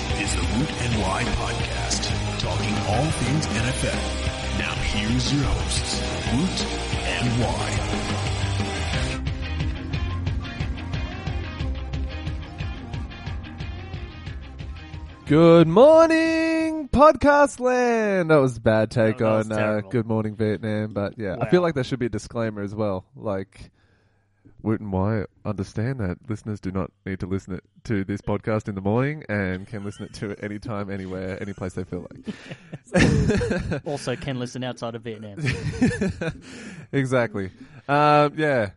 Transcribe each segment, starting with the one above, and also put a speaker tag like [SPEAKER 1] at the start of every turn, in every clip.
[SPEAKER 1] Root and Wide podcast, talking all things NFL. Now here's your hosts, Root and Wide.
[SPEAKER 2] Good morning, podcast land. That was a bad take
[SPEAKER 3] That was
[SPEAKER 2] on uh,
[SPEAKER 3] terrible.
[SPEAKER 2] Good Morning Vietnam, but yeah, I feel
[SPEAKER 3] Wow.
[SPEAKER 2] like there should be a disclaimer as well. Like, Woot and Wyatt understand that listeners do not need to listen it to this podcast in the morning and can listen it to it anytime, anywhere, any place they feel like.
[SPEAKER 3] Also, can listen outside of Vietnam.
[SPEAKER 2] exactly. Um, yeah.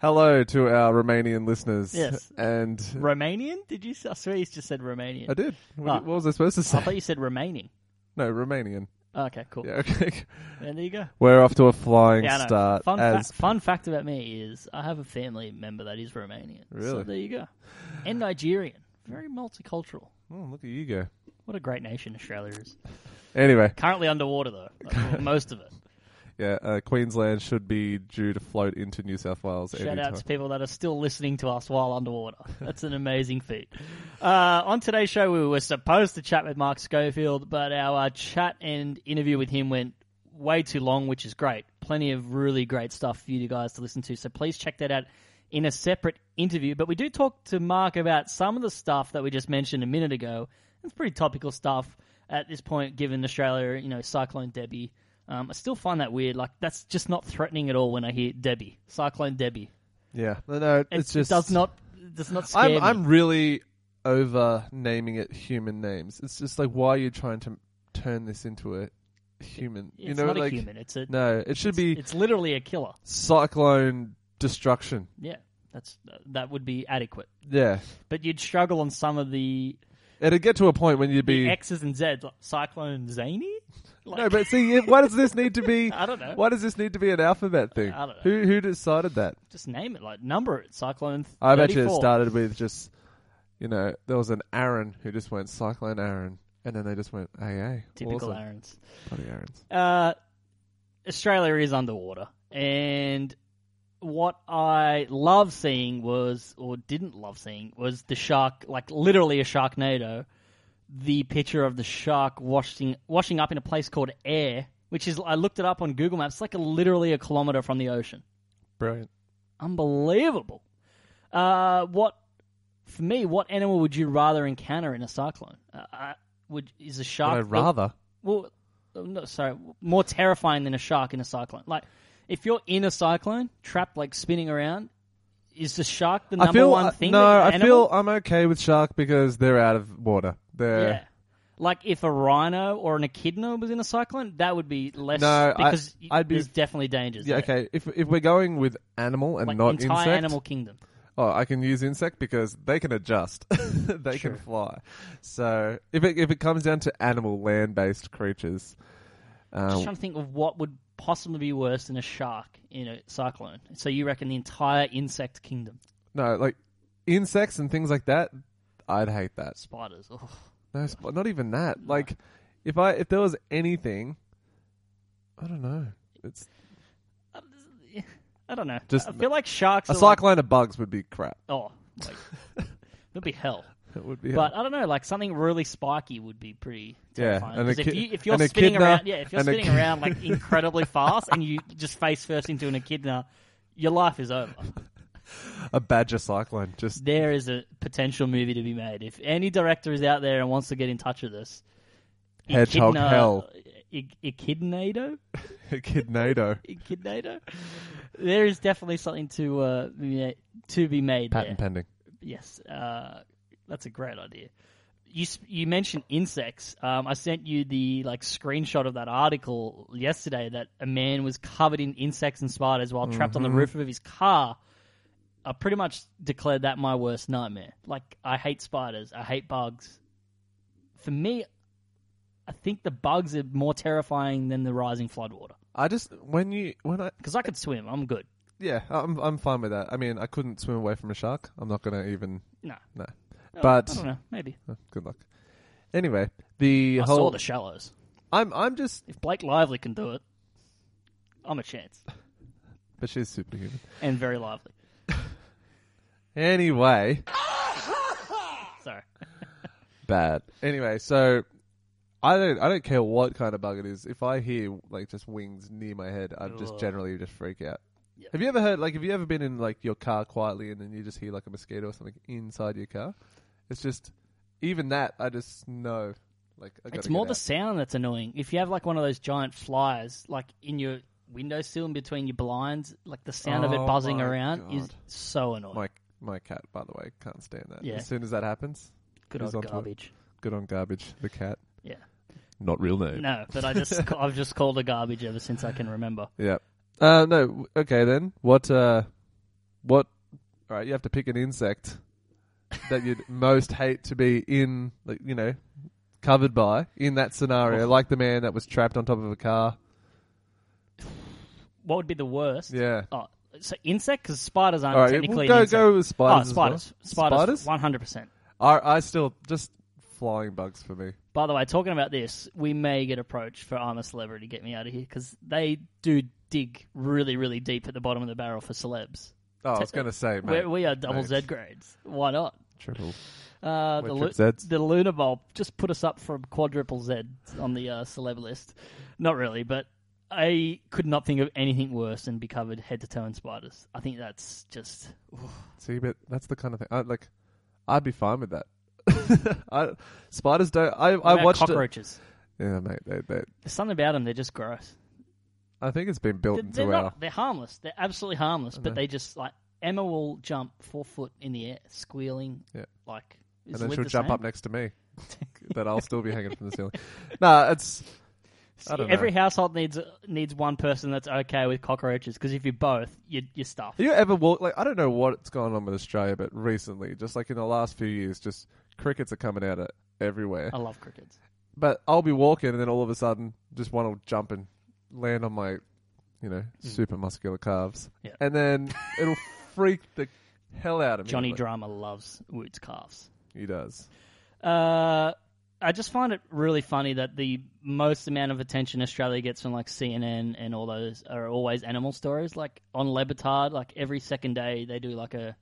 [SPEAKER 2] Hello to our Romanian listeners.
[SPEAKER 3] Yes.
[SPEAKER 2] And
[SPEAKER 3] Romanian? Did you? I swear you just said Romanian.
[SPEAKER 2] I did. What,
[SPEAKER 3] Ah.
[SPEAKER 2] what was I supposed to
[SPEAKER 3] I
[SPEAKER 2] say?
[SPEAKER 3] thought you said remaining.
[SPEAKER 2] No, Romanian.
[SPEAKER 3] Oh, okay, cool.
[SPEAKER 2] Yeah, okay.
[SPEAKER 3] And there you go.
[SPEAKER 2] We're off to a flying
[SPEAKER 3] Yeah, I know.
[SPEAKER 2] start
[SPEAKER 3] Fun, fa-
[SPEAKER 2] as
[SPEAKER 3] fun fact about me is I have a family member that is Romanian. So
[SPEAKER 2] Really?
[SPEAKER 3] there you go. And Nigerian. Very multicultural.
[SPEAKER 2] Oh, look at you go.
[SPEAKER 3] What a great nation Australia is.
[SPEAKER 2] Anyway,
[SPEAKER 3] Currently underwater, though. Like, well, most of it.
[SPEAKER 2] yeah, uh, Queensland should be due to float into New South Wales
[SPEAKER 3] Shout
[SPEAKER 2] anytime.
[SPEAKER 3] out to people that are still listening to us while underwater. That's an amazing feat. Uh, on today's show, we were supposed to chat with Mark Schofield, but our uh, chat and interview with him went way too long, which is great. Plenty of really great stuff for you guys to listen to. So please check that out in a separate interview. But we do talk to Mark about some of the stuff that we just mentioned a minute ago. It's pretty topical stuff at this point, given Australia, you know, Cyclone Debbie. Um, I still find that weird. Like, that's just not threatening at all when I hear Debbie, Cyclone Debbie.
[SPEAKER 2] Yeah, no, no
[SPEAKER 3] It
[SPEAKER 2] it's just
[SPEAKER 3] does not it does not scare
[SPEAKER 2] I'm
[SPEAKER 3] me.
[SPEAKER 2] I'm really over naming it human names. It's just like why are you trying to turn this into a human?
[SPEAKER 3] it's
[SPEAKER 2] you know,
[SPEAKER 3] not
[SPEAKER 2] like
[SPEAKER 3] a human. It's a
[SPEAKER 2] no, it should be
[SPEAKER 3] it's literally a killer.
[SPEAKER 2] cyclone destruction.
[SPEAKER 3] Yeah, that's that would be adequate.
[SPEAKER 2] Yeah,
[SPEAKER 3] But you'd struggle on some of the,
[SPEAKER 2] it'd get to a point when you'd
[SPEAKER 3] the
[SPEAKER 2] be
[SPEAKER 3] X's and Z's, like Cyclone Zany. Like,
[SPEAKER 2] no, but see, it- why does this need to be?
[SPEAKER 3] I don't know.
[SPEAKER 2] Why does this need to be an alphabet thing?
[SPEAKER 3] I don't know.
[SPEAKER 2] Who who decided that?
[SPEAKER 3] just name it, like number it, Cyclone.
[SPEAKER 2] I've actually
[SPEAKER 3] 34.
[SPEAKER 2] started with just, you know, there was an Aaron who just went Cyclone Aaron, and then they just went AA.
[SPEAKER 3] typical
[SPEAKER 2] awesome.
[SPEAKER 3] Aaron's.
[SPEAKER 2] Bloody Aaron's.
[SPEAKER 3] uh, Australia is underwater, and what I love seeing was, or didn't love seeing, was the shark, like literally a sharknado. The picture of the shark washing washing up in a place called Air, which is I looked it up on Google Maps, it's like a, literally a kilometer from the ocean
[SPEAKER 2] Brilliant.
[SPEAKER 3] unbelievable. Uh, what for me? What animal would you rather encounter in a cyclone? Uh, I- would is a shark?
[SPEAKER 2] I'd rather.
[SPEAKER 3] well, uh, no, sorry, more terrifying than a shark in a cyclone. Like if you're in a cyclone, trapped like spinning around, is the shark the number
[SPEAKER 2] I feel
[SPEAKER 3] one
[SPEAKER 2] I-
[SPEAKER 3] thing?
[SPEAKER 2] no,
[SPEAKER 3] that-
[SPEAKER 2] I
[SPEAKER 3] animal?
[SPEAKER 2] feel I'm okay with shark because they're out of water. They're
[SPEAKER 3] yeah. Like if a rhino or an echidna was in a cyclone, that would be less
[SPEAKER 2] No, I-
[SPEAKER 3] because y-
[SPEAKER 2] I'd be-
[SPEAKER 3] there's definitely dangers.
[SPEAKER 2] yeah,
[SPEAKER 3] there.
[SPEAKER 2] okay. If if we're going with animal and
[SPEAKER 3] like
[SPEAKER 2] not
[SPEAKER 3] entire
[SPEAKER 2] insect,
[SPEAKER 3] animal kingdom.
[SPEAKER 2] oh, I can use insect because they can adjust. they
[SPEAKER 3] Sure.
[SPEAKER 2] can fly. So if it if it comes down to animal land based creatures,
[SPEAKER 3] just
[SPEAKER 2] um,
[SPEAKER 3] trying to think of what would possibly be worse than a shark in a cyclone. So you reckon the entire insect kingdom,
[SPEAKER 2] no, like insects and things like that, I'd hate that.
[SPEAKER 3] spiders? Oh,
[SPEAKER 2] No, sp- not even that. Like, if I if there was anything, I don't know. It's
[SPEAKER 3] I don't know.
[SPEAKER 2] Just-
[SPEAKER 3] I feel like sharks.
[SPEAKER 2] a
[SPEAKER 3] are like,
[SPEAKER 2] cyclone of bugs would be crap.
[SPEAKER 3] oh, like, it'd be hell.
[SPEAKER 2] It would be.
[SPEAKER 3] But I don't know. Like something really spiky would be pretty
[SPEAKER 2] Yeah,
[SPEAKER 3] terrifying.
[SPEAKER 2] and a
[SPEAKER 3] 'Cause
[SPEAKER 2] ki-
[SPEAKER 3] if, you, if you're
[SPEAKER 2] and a
[SPEAKER 3] spinning
[SPEAKER 2] kidna-
[SPEAKER 3] around, yeah, if you're
[SPEAKER 2] and a
[SPEAKER 3] spinning
[SPEAKER 2] ki-
[SPEAKER 3] around like incredibly fast and you just face first into an echidna, your life is over.
[SPEAKER 2] a badger cyclone. Just
[SPEAKER 3] There is a potential movie to be made. If any director is out there and wants to get in touch with us,
[SPEAKER 2] Hedgehog
[SPEAKER 3] echidna,
[SPEAKER 2] hell.
[SPEAKER 3] E- echidnado?
[SPEAKER 2] a kidnado.
[SPEAKER 3] Echidnado? There is definitely something to uh, yeah, to be made there.
[SPEAKER 2] Patent pending.
[SPEAKER 3] Yes, uh, that's a great idea. You s- you mentioned insects. Um, I sent you the like screenshot of that article yesterday that a man was covered in insects and spiders while trapped on the
[SPEAKER 2] Mm-hmm.
[SPEAKER 3] roof of his car. I pretty much declared that my worst nightmare. Like I hate spiders. I hate bugs. For me, I think the bugs are more terrifying than the rising floodwater
[SPEAKER 2] I just when you when I
[SPEAKER 3] because I could swim. I'm good.
[SPEAKER 2] yeah I'm I'm fine with that. I mean I couldn't swim away from a shark. I'm not gonna even
[SPEAKER 3] No,
[SPEAKER 2] no.
[SPEAKER 3] Oh,
[SPEAKER 2] But-
[SPEAKER 3] I don't know. Maybe
[SPEAKER 2] Oh, good luck. Anyway, the
[SPEAKER 3] I
[SPEAKER 2] whole
[SPEAKER 3] saw the shallows.
[SPEAKER 2] I'm I'm just
[SPEAKER 3] If Blake Lively can do it, I'm a chance.
[SPEAKER 2] but she's superhuman.
[SPEAKER 3] And very lively.
[SPEAKER 2] Anyway,
[SPEAKER 3] Sorry.
[SPEAKER 4] bad.
[SPEAKER 2] Anyway, so I don't I don't care what kind of bug it is. If I hear like just wings near my head, I'm just
[SPEAKER 3] Ugh.
[SPEAKER 2] generally just freak out.
[SPEAKER 3] Yeah.
[SPEAKER 2] Have you ever heard like have you ever been in like your car quietly and then you just hear like a mosquito or something inside your car? It's just even that I just know like I gotta
[SPEAKER 3] It's
[SPEAKER 2] get
[SPEAKER 3] more the
[SPEAKER 2] out.
[SPEAKER 3] sound that's annoying. If you have like one of those giant flies, like in your window sill in between your blinds, like the sound of
[SPEAKER 2] Oh
[SPEAKER 3] it buzzing
[SPEAKER 2] my
[SPEAKER 3] around is
[SPEAKER 2] God.
[SPEAKER 3] so annoying.
[SPEAKER 2] my my cat by the way can't stand that.
[SPEAKER 3] Yeah.
[SPEAKER 2] As soon as that happens,
[SPEAKER 3] Good
[SPEAKER 2] he's
[SPEAKER 3] old
[SPEAKER 2] onto it.
[SPEAKER 3] garbage.
[SPEAKER 2] good on garbage the cat.
[SPEAKER 3] Yeah.
[SPEAKER 2] Not real name.
[SPEAKER 3] No, but I just ca- I've just called it garbage ever since I can remember.
[SPEAKER 2] Yeah. Uh, no. w- Okay then. What? Uh, what? All right. You have to pick an insect that you'd most hate to be in. Like, you know, covered by in that scenario, like the man that was trapped on top of a car.
[SPEAKER 3] What would be the worst?
[SPEAKER 2] Yeah.
[SPEAKER 3] Oh, so insect because spiders aren't
[SPEAKER 2] All right. We'll
[SPEAKER 3] technically
[SPEAKER 2] go
[SPEAKER 3] an insect.
[SPEAKER 2] go with
[SPEAKER 3] oh,
[SPEAKER 2] spiders. as well.
[SPEAKER 3] spiders, spiders, one hundred percent.
[SPEAKER 2] I, I still just flying bugs for me.
[SPEAKER 3] By the way, talking about this, we may get approached for I'm a celebrity, get me out of here because they do dig really, really deep at the bottom of the barrel for celebs.
[SPEAKER 2] Oh, I was gonna say, mate.
[SPEAKER 3] We're, we are double Z
[SPEAKER 2] mate.
[SPEAKER 3] grades. Why not?
[SPEAKER 2] Triple.
[SPEAKER 3] Uh, the,
[SPEAKER 2] We're
[SPEAKER 3] Lu-
[SPEAKER 2] trip Zs.
[SPEAKER 3] the Lunar Bulb just put us up from quadruple Z on the uh, celeb list. Not really, but I could not think of anything worse than be covered head to toe in spiders. I think that's just
[SPEAKER 2] See, but that's the kind of thing. I like. I'd be fine with that. I, spiders don't. I
[SPEAKER 3] What
[SPEAKER 2] I
[SPEAKER 3] about
[SPEAKER 2] watched. It.
[SPEAKER 3] cockroaches.
[SPEAKER 2] Yeah, mate. They, they,
[SPEAKER 3] There's something about them; they're just gross.
[SPEAKER 2] I think it's been built
[SPEAKER 3] They're,
[SPEAKER 2] into
[SPEAKER 3] they're
[SPEAKER 2] our.
[SPEAKER 3] not. They're harmless. They're absolutely harmless, but they just like Emma will jump four foot in the air, squealing.
[SPEAKER 2] Yeah.
[SPEAKER 3] Like.
[SPEAKER 2] and
[SPEAKER 3] is
[SPEAKER 2] then
[SPEAKER 3] Liv
[SPEAKER 2] she'll
[SPEAKER 3] the
[SPEAKER 2] jump
[SPEAKER 3] same?
[SPEAKER 2] up next to me. that I'll still be hanging from the ceiling. Nah, it's I don't know.
[SPEAKER 3] Every household needs needs one person that's okay with cockroaches because if you're both, you're, you're stuffed.
[SPEAKER 2] Have you ever walk like I don't know what's going on with Australia, but recently, just like in the last few years, just crickets are coming out of everywhere.
[SPEAKER 3] I love crickets.
[SPEAKER 2] But I'll be walking, and then all of a sudden, just one will jump and land on my, you know, super muscular calves,
[SPEAKER 3] Hmm. Yeah.
[SPEAKER 2] and then it'll freak the hell out of me.
[SPEAKER 3] Johnny
[SPEAKER 2] Like,
[SPEAKER 3] Drama loves Woot's calves.
[SPEAKER 2] he does.
[SPEAKER 3] Uh, I just find it really funny that the most amount of attention Australia gets from like CNN and all those are always animal stories. Like on Lebetard, like every second day they do like a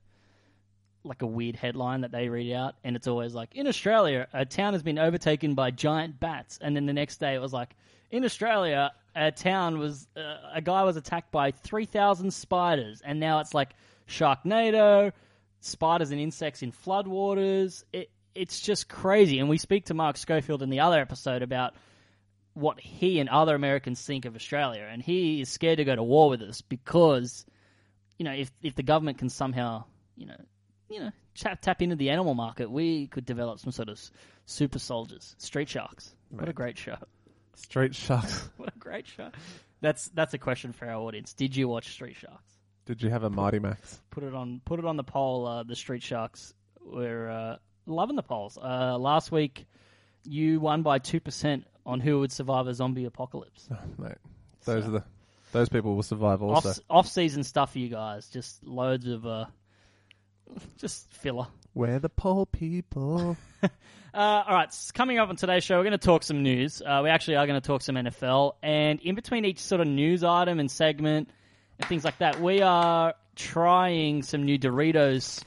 [SPEAKER 3] like a weird headline that they read out, and it's always like in Australia a town has been overtaken by giant bats, and then the next day it was like in Australia a town was uh, a guy was attacked by three thousand spiders, and now it's like Sharknado, spiders and insects in floodwaters. It it's just crazy, and we speak to Mark Schofield in the other episode about what he and other Americans think of Australia, and he is scared to go to war with us because, you know, if if the government can somehow, you know, you know, tap tap into the animal market, we could develop some sort of s- super soldiers, street sharks. What a
[SPEAKER 2] Mate.
[SPEAKER 3] great show!
[SPEAKER 2] Straight sharks.
[SPEAKER 3] What a great show! That's that's a question for our audience. Did you watch Street Sharks?
[SPEAKER 2] Did you have a Mighty Max?
[SPEAKER 3] Put it on put it on the poll. Uh, the Street Sharks were uh, loving the polls. Uh, last week, you won by two percent on who would survive a zombie apocalypse.
[SPEAKER 2] Mate, those are the those people will survive also.
[SPEAKER 3] off off season stuff for you guys. Just loads of uh, just filler.
[SPEAKER 2] We're the poor people.
[SPEAKER 3] Uh, all right, s- coming up on today's show, we're going to talk some news. Uh, we actually are going to talk some NFL, and in between each sort of news item and segment and things like that, we are trying some new Doritos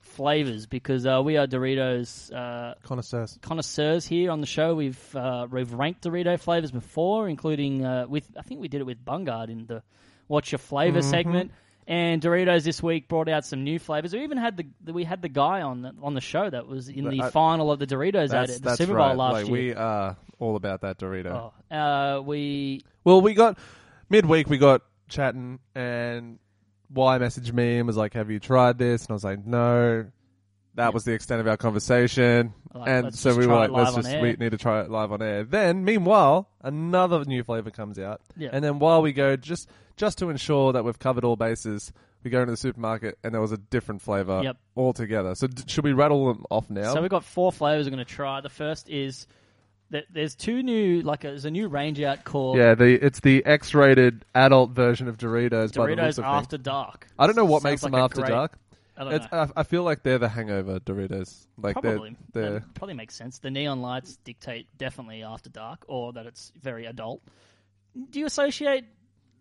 [SPEAKER 3] flavors because uh, we are Doritos uh,
[SPEAKER 2] Connoisseurs.
[SPEAKER 3] connoisseurs here on the show. We've uh, we've ranked Dorito flavors before, including uh, with I think we did it with Bungard in the What's Your Flavor
[SPEAKER 2] Mm-hmm.
[SPEAKER 3] segment. And Doritos this week brought out some new flavors. We even had the we had the guy on the, on the show that was in the
[SPEAKER 2] I-
[SPEAKER 3] final of the Doritos ad
[SPEAKER 2] uh, That's,
[SPEAKER 3] at the
[SPEAKER 2] that's
[SPEAKER 3] Super Bowl
[SPEAKER 2] right.
[SPEAKER 3] last
[SPEAKER 2] like,
[SPEAKER 3] year.
[SPEAKER 2] We are all about that Dorito.
[SPEAKER 3] Oh, uh, we
[SPEAKER 2] Well, we got midweek. We got chatting, and Y messaged me and was like, "Have you tried this?" And I was like, "No." That was the extent of our conversation,
[SPEAKER 3] Like,
[SPEAKER 2] and
[SPEAKER 3] let's
[SPEAKER 2] so
[SPEAKER 3] just
[SPEAKER 2] we were
[SPEAKER 3] try
[SPEAKER 2] like,
[SPEAKER 3] it
[SPEAKER 2] "Let's
[SPEAKER 3] live on
[SPEAKER 2] just
[SPEAKER 3] air."
[SPEAKER 2] we need to try it live on air." Then, meanwhile, another new flavor comes out,
[SPEAKER 3] Yeah.
[SPEAKER 2] and then while we go, just just to ensure that we've covered all bases, we go into the supermarket, and there was a different flavor
[SPEAKER 3] Yep.
[SPEAKER 2] altogether. So, d- should we rattle them off now?
[SPEAKER 3] So we've got four flavors we're going to try. The first is that there's two new like a, there's a new range out called
[SPEAKER 2] yeah, the it's the X-rated adult version of Doritos. by the looks
[SPEAKER 3] Doritos
[SPEAKER 2] of things.
[SPEAKER 3] After Dark.
[SPEAKER 2] I don't know what
[SPEAKER 3] Sounds
[SPEAKER 2] makes them
[SPEAKER 3] like a
[SPEAKER 2] after
[SPEAKER 3] great-
[SPEAKER 2] dark.
[SPEAKER 3] I don't
[SPEAKER 2] It's,
[SPEAKER 3] know.
[SPEAKER 2] I, I feel like they're the hangover Doritos. Like
[SPEAKER 3] Probably.
[SPEAKER 2] they're, they're
[SPEAKER 3] That probably makes sense. The neon lights dictate definitely after dark, or that it's very adult. Do you associate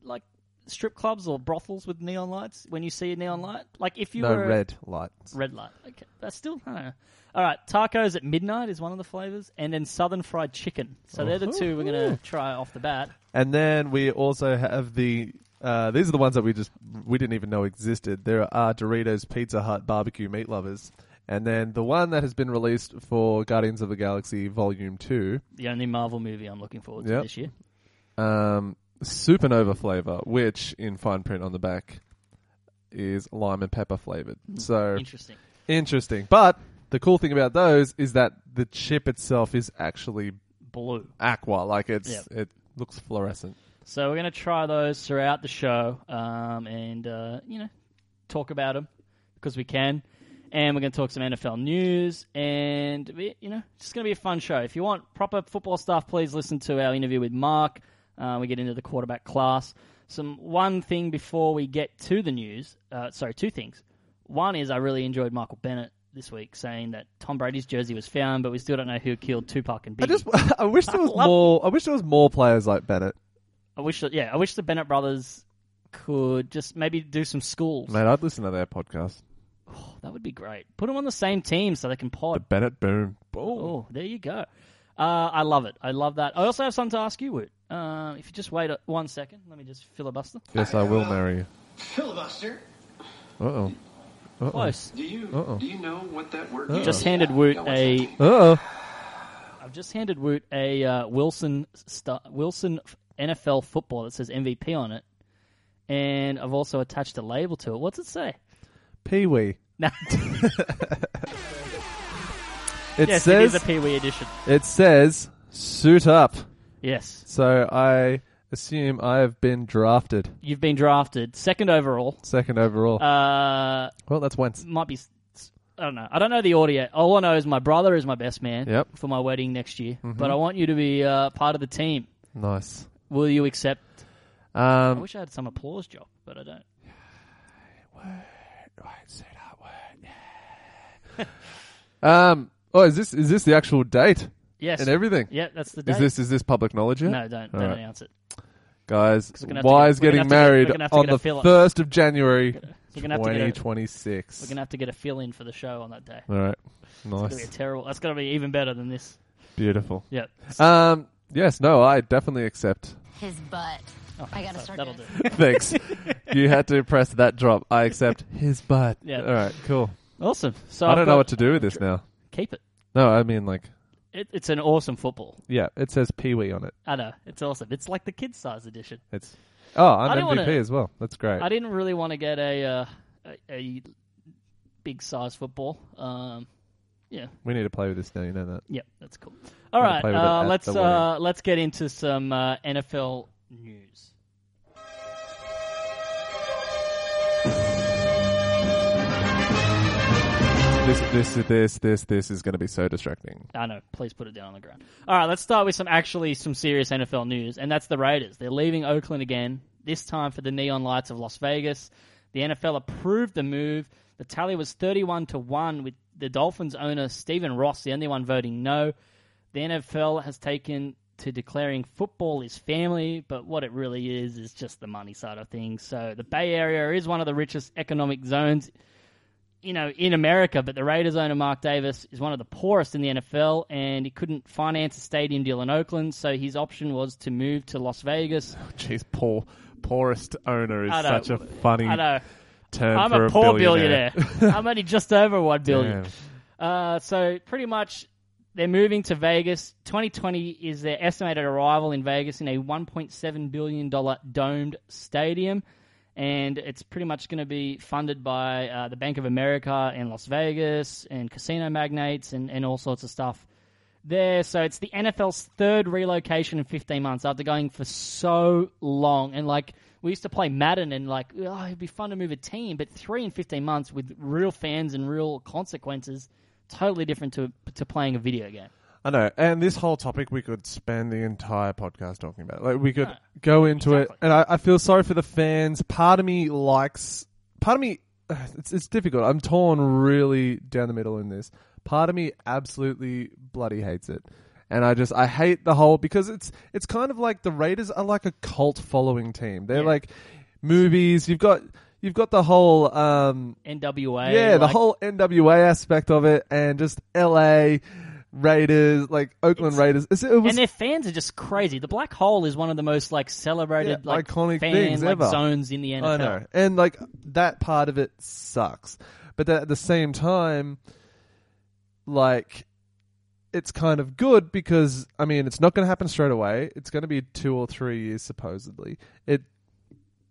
[SPEAKER 3] like strip clubs or brothels with neon lights when you see a neon light? Like if you
[SPEAKER 2] no
[SPEAKER 3] were
[SPEAKER 2] red lights.
[SPEAKER 3] red light. Okay, that's still. I don't know. All right, tacos at midnight is one of the flavors, and then southern fried chicken. So they're the two we're
[SPEAKER 2] Uh-huh.
[SPEAKER 3] gonna try off the bat.
[SPEAKER 2] And then we also have the. Uh, these are the ones that we just we didn't even know existed. There are Doritos, Pizza Hut, barbecue meat lovers, and then the one that has been released for Guardians of the Galaxy Volume Two,
[SPEAKER 3] The only Marvel movie I'm looking forward to
[SPEAKER 2] Yep.
[SPEAKER 3] this year.
[SPEAKER 2] um, Supernova flavor, which in fine print on the back is lime and pepper flavored.
[SPEAKER 3] Hmm.
[SPEAKER 2] So
[SPEAKER 3] Interesting.
[SPEAKER 2] interesting, but the cool thing about those is that the chip itself is actually
[SPEAKER 3] Blue.
[SPEAKER 2] aqua, like it's
[SPEAKER 3] Yep.
[SPEAKER 2] it looks fluorescent.
[SPEAKER 3] So we're going to try those throughout the show, um, and uh, you know, talk about them because we can. And we're going to talk some NFL news, and we- you know, it's going to be a fun show. If you want proper football stuff, please listen to our interview with Mark. Uh, we get into the quarterback class. Some one thing before we get to the news. Uh, sorry, two things. One is I really enjoyed Michael Bennett this week saying that Tom Brady's jersey was found, but we still don't know who killed Tupac and Biggie.
[SPEAKER 2] I just I wish there was
[SPEAKER 3] love-
[SPEAKER 2] more. I wish there was more players like Bennett.
[SPEAKER 3] I wish that yeah, I wish the Bennett brothers could just maybe do some schools.
[SPEAKER 2] Mate, I'd listen to their podcast.
[SPEAKER 3] That would be great. Put them on the same team so they can
[SPEAKER 2] The
[SPEAKER 3] pod.
[SPEAKER 2] Bennett Boom.
[SPEAKER 3] Oh, there you go. Uh, I love it. I love that. I also have something to ask you, Woot. Uh, if you just wait a, one second, let me just filibuster.
[SPEAKER 2] Yes, I will marry you.
[SPEAKER 4] Filibuster?
[SPEAKER 2] Uh oh.
[SPEAKER 3] Close.
[SPEAKER 4] Do you
[SPEAKER 2] Uh-oh.
[SPEAKER 4] do you know what that word
[SPEAKER 2] Uh-oh.
[SPEAKER 4] means?
[SPEAKER 3] Just handed Woot a.
[SPEAKER 2] Uh oh.
[SPEAKER 3] I've just handed Woot a uh, Wilson star, Wilson f- NFL football that says MVP on it, and I've also attached a label to it. What's it say?
[SPEAKER 2] Pee Wee.
[SPEAKER 3] No,
[SPEAKER 2] It
[SPEAKER 3] yes, it
[SPEAKER 2] says
[SPEAKER 3] is a Pee Wee edition.
[SPEAKER 2] it says suit up.
[SPEAKER 3] Yes,
[SPEAKER 2] So I assume I have been drafted
[SPEAKER 3] you've been drafted second overall.
[SPEAKER 2] second overall.
[SPEAKER 3] Uh,
[SPEAKER 2] well, that's Wentz.
[SPEAKER 3] might be. I don't know. I don't know the audio. All I know is my brother is my best man
[SPEAKER 2] Yep. Mm-hmm.
[SPEAKER 3] for my wedding next year. But I want you to be uh, part of the team.
[SPEAKER 2] Nice.
[SPEAKER 3] Will you accept? I
[SPEAKER 2] Um,
[SPEAKER 3] wish I had some applause job, but I don't.
[SPEAKER 2] suit up. word, yeah. um. Oh, is this is this the actual date
[SPEAKER 3] Yes.
[SPEAKER 2] and everything?
[SPEAKER 3] yeah, that's the date.
[SPEAKER 2] Is this is this public knowledge yet?
[SPEAKER 3] no, don't don't
[SPEAKER 2] All right.
[SPEAKER 3] announce it.
[SPEAKER 2] guys.
[SPEAKER 3] we're gonna have to
[SPEAKER 2] Why
[SPEAKER 3] get-
[SPEAKER 2] is
[SPEAKER 3] we're
[SPEAKER 2] getting
[SPEAKER 3] gonna have to get-
[SPEAKER 2] married
[SPEAKER 3] we're gonna have to
[SPEAKER 2] on
[SPEAKER 3] get a
[SPEAKER 2] the
[SPEAKER 3] fill-up.
[SPEAKER 2] first of January,
[SPEAKER 3] We're gonna have to get a-
[SPEAKER 2] twenty
[SPEAKER 3] We're
[SPEAKER 2] twenty-six?
[SPEAKER 3] gonna have to get a fill in for the show on that day.
[SPEAKER 2] All right,
[SPEAKER 3] It's gonna
[SPEAKER 2] nice,
[SPEAKER 3] be terrible. That's gonna be even better than this.
[SPEAKER 2] beautiful.
[SPEAKER 3] Yep.
[SPEAKER 2] Um, yes, no, I definitely accept.
[SPEAKER 5] his butt. I gotta start
[SPEAKER 3] That'll do.
[SPEAKER 5] doing
[SPEAKER 2] Thanks. you had to press that drop. I accept his butt.
[SPEAKER 3] Yeah.
[SPEAKER 2] All right, cool.
[SPEAKER 3] Awesome. So
[SPEAKER 2] I don't
[SPEAKER 3] I've
[SPEAKER 2] know
[SPEAKER 3] got-
[SPEAKER 2] what to do with this now.
[SPEAKER 3] Keep it.
[SPEAKER 2] No, I mean like,
[SPEAKER 3] it. It's an awesome football.
[SPEAKER 2] yeah, it says Pee Wee on it.
[SPEAKER 3] I know. It's awesome. It's like the kids size edition.
[SPEAKER 2] It's oh, I'm
[SPEAKER 3] I
[SPEAKER 2] MVP
[SPEAKER 3] don't wanna-
[SPEAKER 2] as well. That's great.
[SPEAKER 3] I didn't really want to get a uh, a, a big size football. Um, yeah,
[SPEAKER 2] we need to play with this now. You know that.
[SPEAKER 3] yeah, that's cool. All
[SPEAKER 2] Gonna
[SPEAKER 3] right,
[SPEAKER 2] play with it
[SPEAKER 3] uh,
[SPEAKER 2] at
[SPEAKER 3] let's
[SPEAKER 2] the wedding.
[SPEAKER 3] uh, let's get into some uh, NFL news.
[SPEAKER 2] This, this, this, this, this is going to be so distracting.
[SPEAKER 3] I know. Please put it down on the ground. All right, let's start with some actually some serious NFL news, and that's the Raiders. They're leaving Oakland again, this time for the neon lights of Las Vegas. The NFL approved the move. The tally was 31 to 1 with the Dolphins owner Stephen Ross the only one voting no. The NFL has taken to declaring football is family, but what it really is is just the money side of things. So the Bay Area is one of the richest economic zones you know, in America, but the Raiders owner Mark Davis is one of the poorest in the NFL, and he couldn't finance a stadium deal in Oakland, so his option was to move to Las Vegas.
[SPEAKER 2] Jeez, poor, poorest owner is
[SPEAKER 3] I know.
[SPEAKER 2] such a funny
[SPEAKER 3] I know
[SPEAKER 2] term
[SPEAKER 3] I'm
[SPEAKER 2] for
[SPEAKER 3] a poor billionaire. I'm only just over one billion.
[SPEAKER 2] Damn.
[SPEAKER 3] Uh, so pretty much, they're moving to Vegas. 2020 is their estimated arrival in Vegas in a 1.7 billion dollar domed stadium, and it's pretty much going to be funded by uh, the Bank of America and Las Vegas and casino magnates and, and all sorts of stuff there. So it's the NFL's third relocation in 15 months after going for so long. And like we used to play Madden and like oh, it'd be fun to move a team, but three in 15 months with real fans and real consequences, totally different to to playing a video game.
[SPEAKER 2] I know, and this whole topic we could spend the entire podcast talking about. Like we could go into it, and I, I feel sorry for the fans. Part of me likes, part of me, it's, it's difficult. I'm torn really down the middle in this. Part of me absolutely bloody hates it, and I just I hate the whole because it's it's kind of like the Raiders are like a cult following team. They're like movies. You've got you've got the whole um,
[SPEAKER 3] NWA.
[SPEAKER 2] yeah, the
[SPEAKER 3] like,
[SPEAKER 2] whole NWA aspect of it, and just LA Raiders, like Oakland
[SPEAKER 3] It's-
[SPEAKER 2] Raiders. It's- It was
[SPEAKER 3] and their fans are just crazy. The black hole is one of the most like celebrated
[SPEAKER 2] Yeah,
[SPEAKER 3] like
[SPEAKER 2] iconic
[SPEAKER 3] fan
[SPEAKER 2] things
[SPEAKER 3] like
[SPEAKER 2] ever.
[SPEAKER 3] zones in the NFL.
[SPEAKER 2] I know, and like that part of it sucks, but then at the same time, like it's kind of good because I mean it's not going to happen straight away. It's going to be two or three years supposedly. It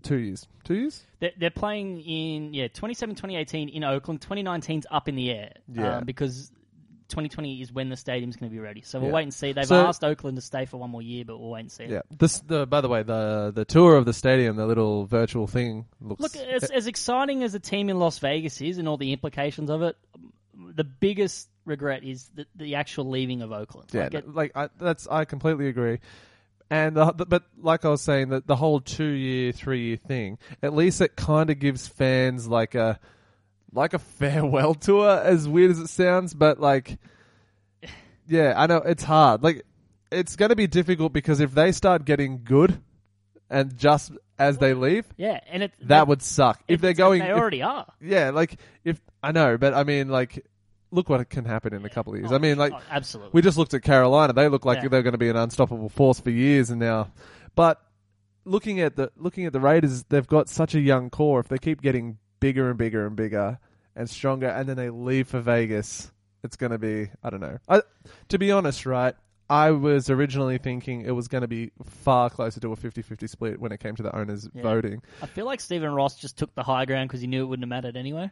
[SPEAKER 2] two years, two years.
[SPEAKER 3] They're, they're playing in yeah 27, 2018 in Oakland. 2019's up in the air
[SPEAKER 2] Yeah.
[SPEAKER 3] um, because 2020 is when the stadium's going to be ready. So we'll
[SPEAKER 2] Yeah.
[SPEAKER 3] wait and see. They've
[SPEAKER 2] So-
[SPEAKER 3] asked Oakland to stay for one more year, but we'll wait and see.
[SPEAKER 2] Yeah. This the by the way the the tour of the stadium, the little virtual thing looks.
[SPEAKER 3] Look, as,
[SPEAKER 2] eh.
[SPEAKER 3] as exciting as the team in Las Vegas is and all the implications of it, the biggest regret is the, the actual leaving of Oakland.
[SPEAKER 2] yeah,
[SPEAKER 3] Like, it-
[SPEAKER 2] like I, that's I completely agree. And the, the- but like I was saying, that the whole two year, three year thing, at least it kind of gives fans like a like a farewell tour. As weird as it sounds, but like, yeah, I know it's hard. Like, it's going to be difficult because if they start getting good, and just as they leave,
[SPEAKER 3] yeah, and it
[SPEAKER 2] that would suck. If
[SPEAKER 3] it-
[SPEAKER 2] they're going,
[SPEAKER 3] they
[SPEAKER 2] if-
[SPEAKER 3] already are.
[SPEAKER 2] yeah, like if I know, but I mean, like, look what can happen in a couple of years. I mean, like,
[SPEAKER 3] Oh, absolutely.
[SPEAKER 2] we just looked at Carolina. They look like
[SPEAKER 3] Yeah.
[SPEAKER 2] they're going to be an unstoppable force for years and now. But looking at the looking at the Raiders, they've got such a young core. If they keep getting bigger and bigger and bigger and stronger, and then they leave for Vegas, it's going to be I don't know. I, to be honest, right? I was originally thinking it was going to be far closer to a 50-50 split when it came to the owners
[SPEAKER 3] Yeah.
[SPEAKER 2] voting.
[SPEAKER 3] I feel like Stephen Ross just took the high ground because he knew it wouldn't have mattered anyway.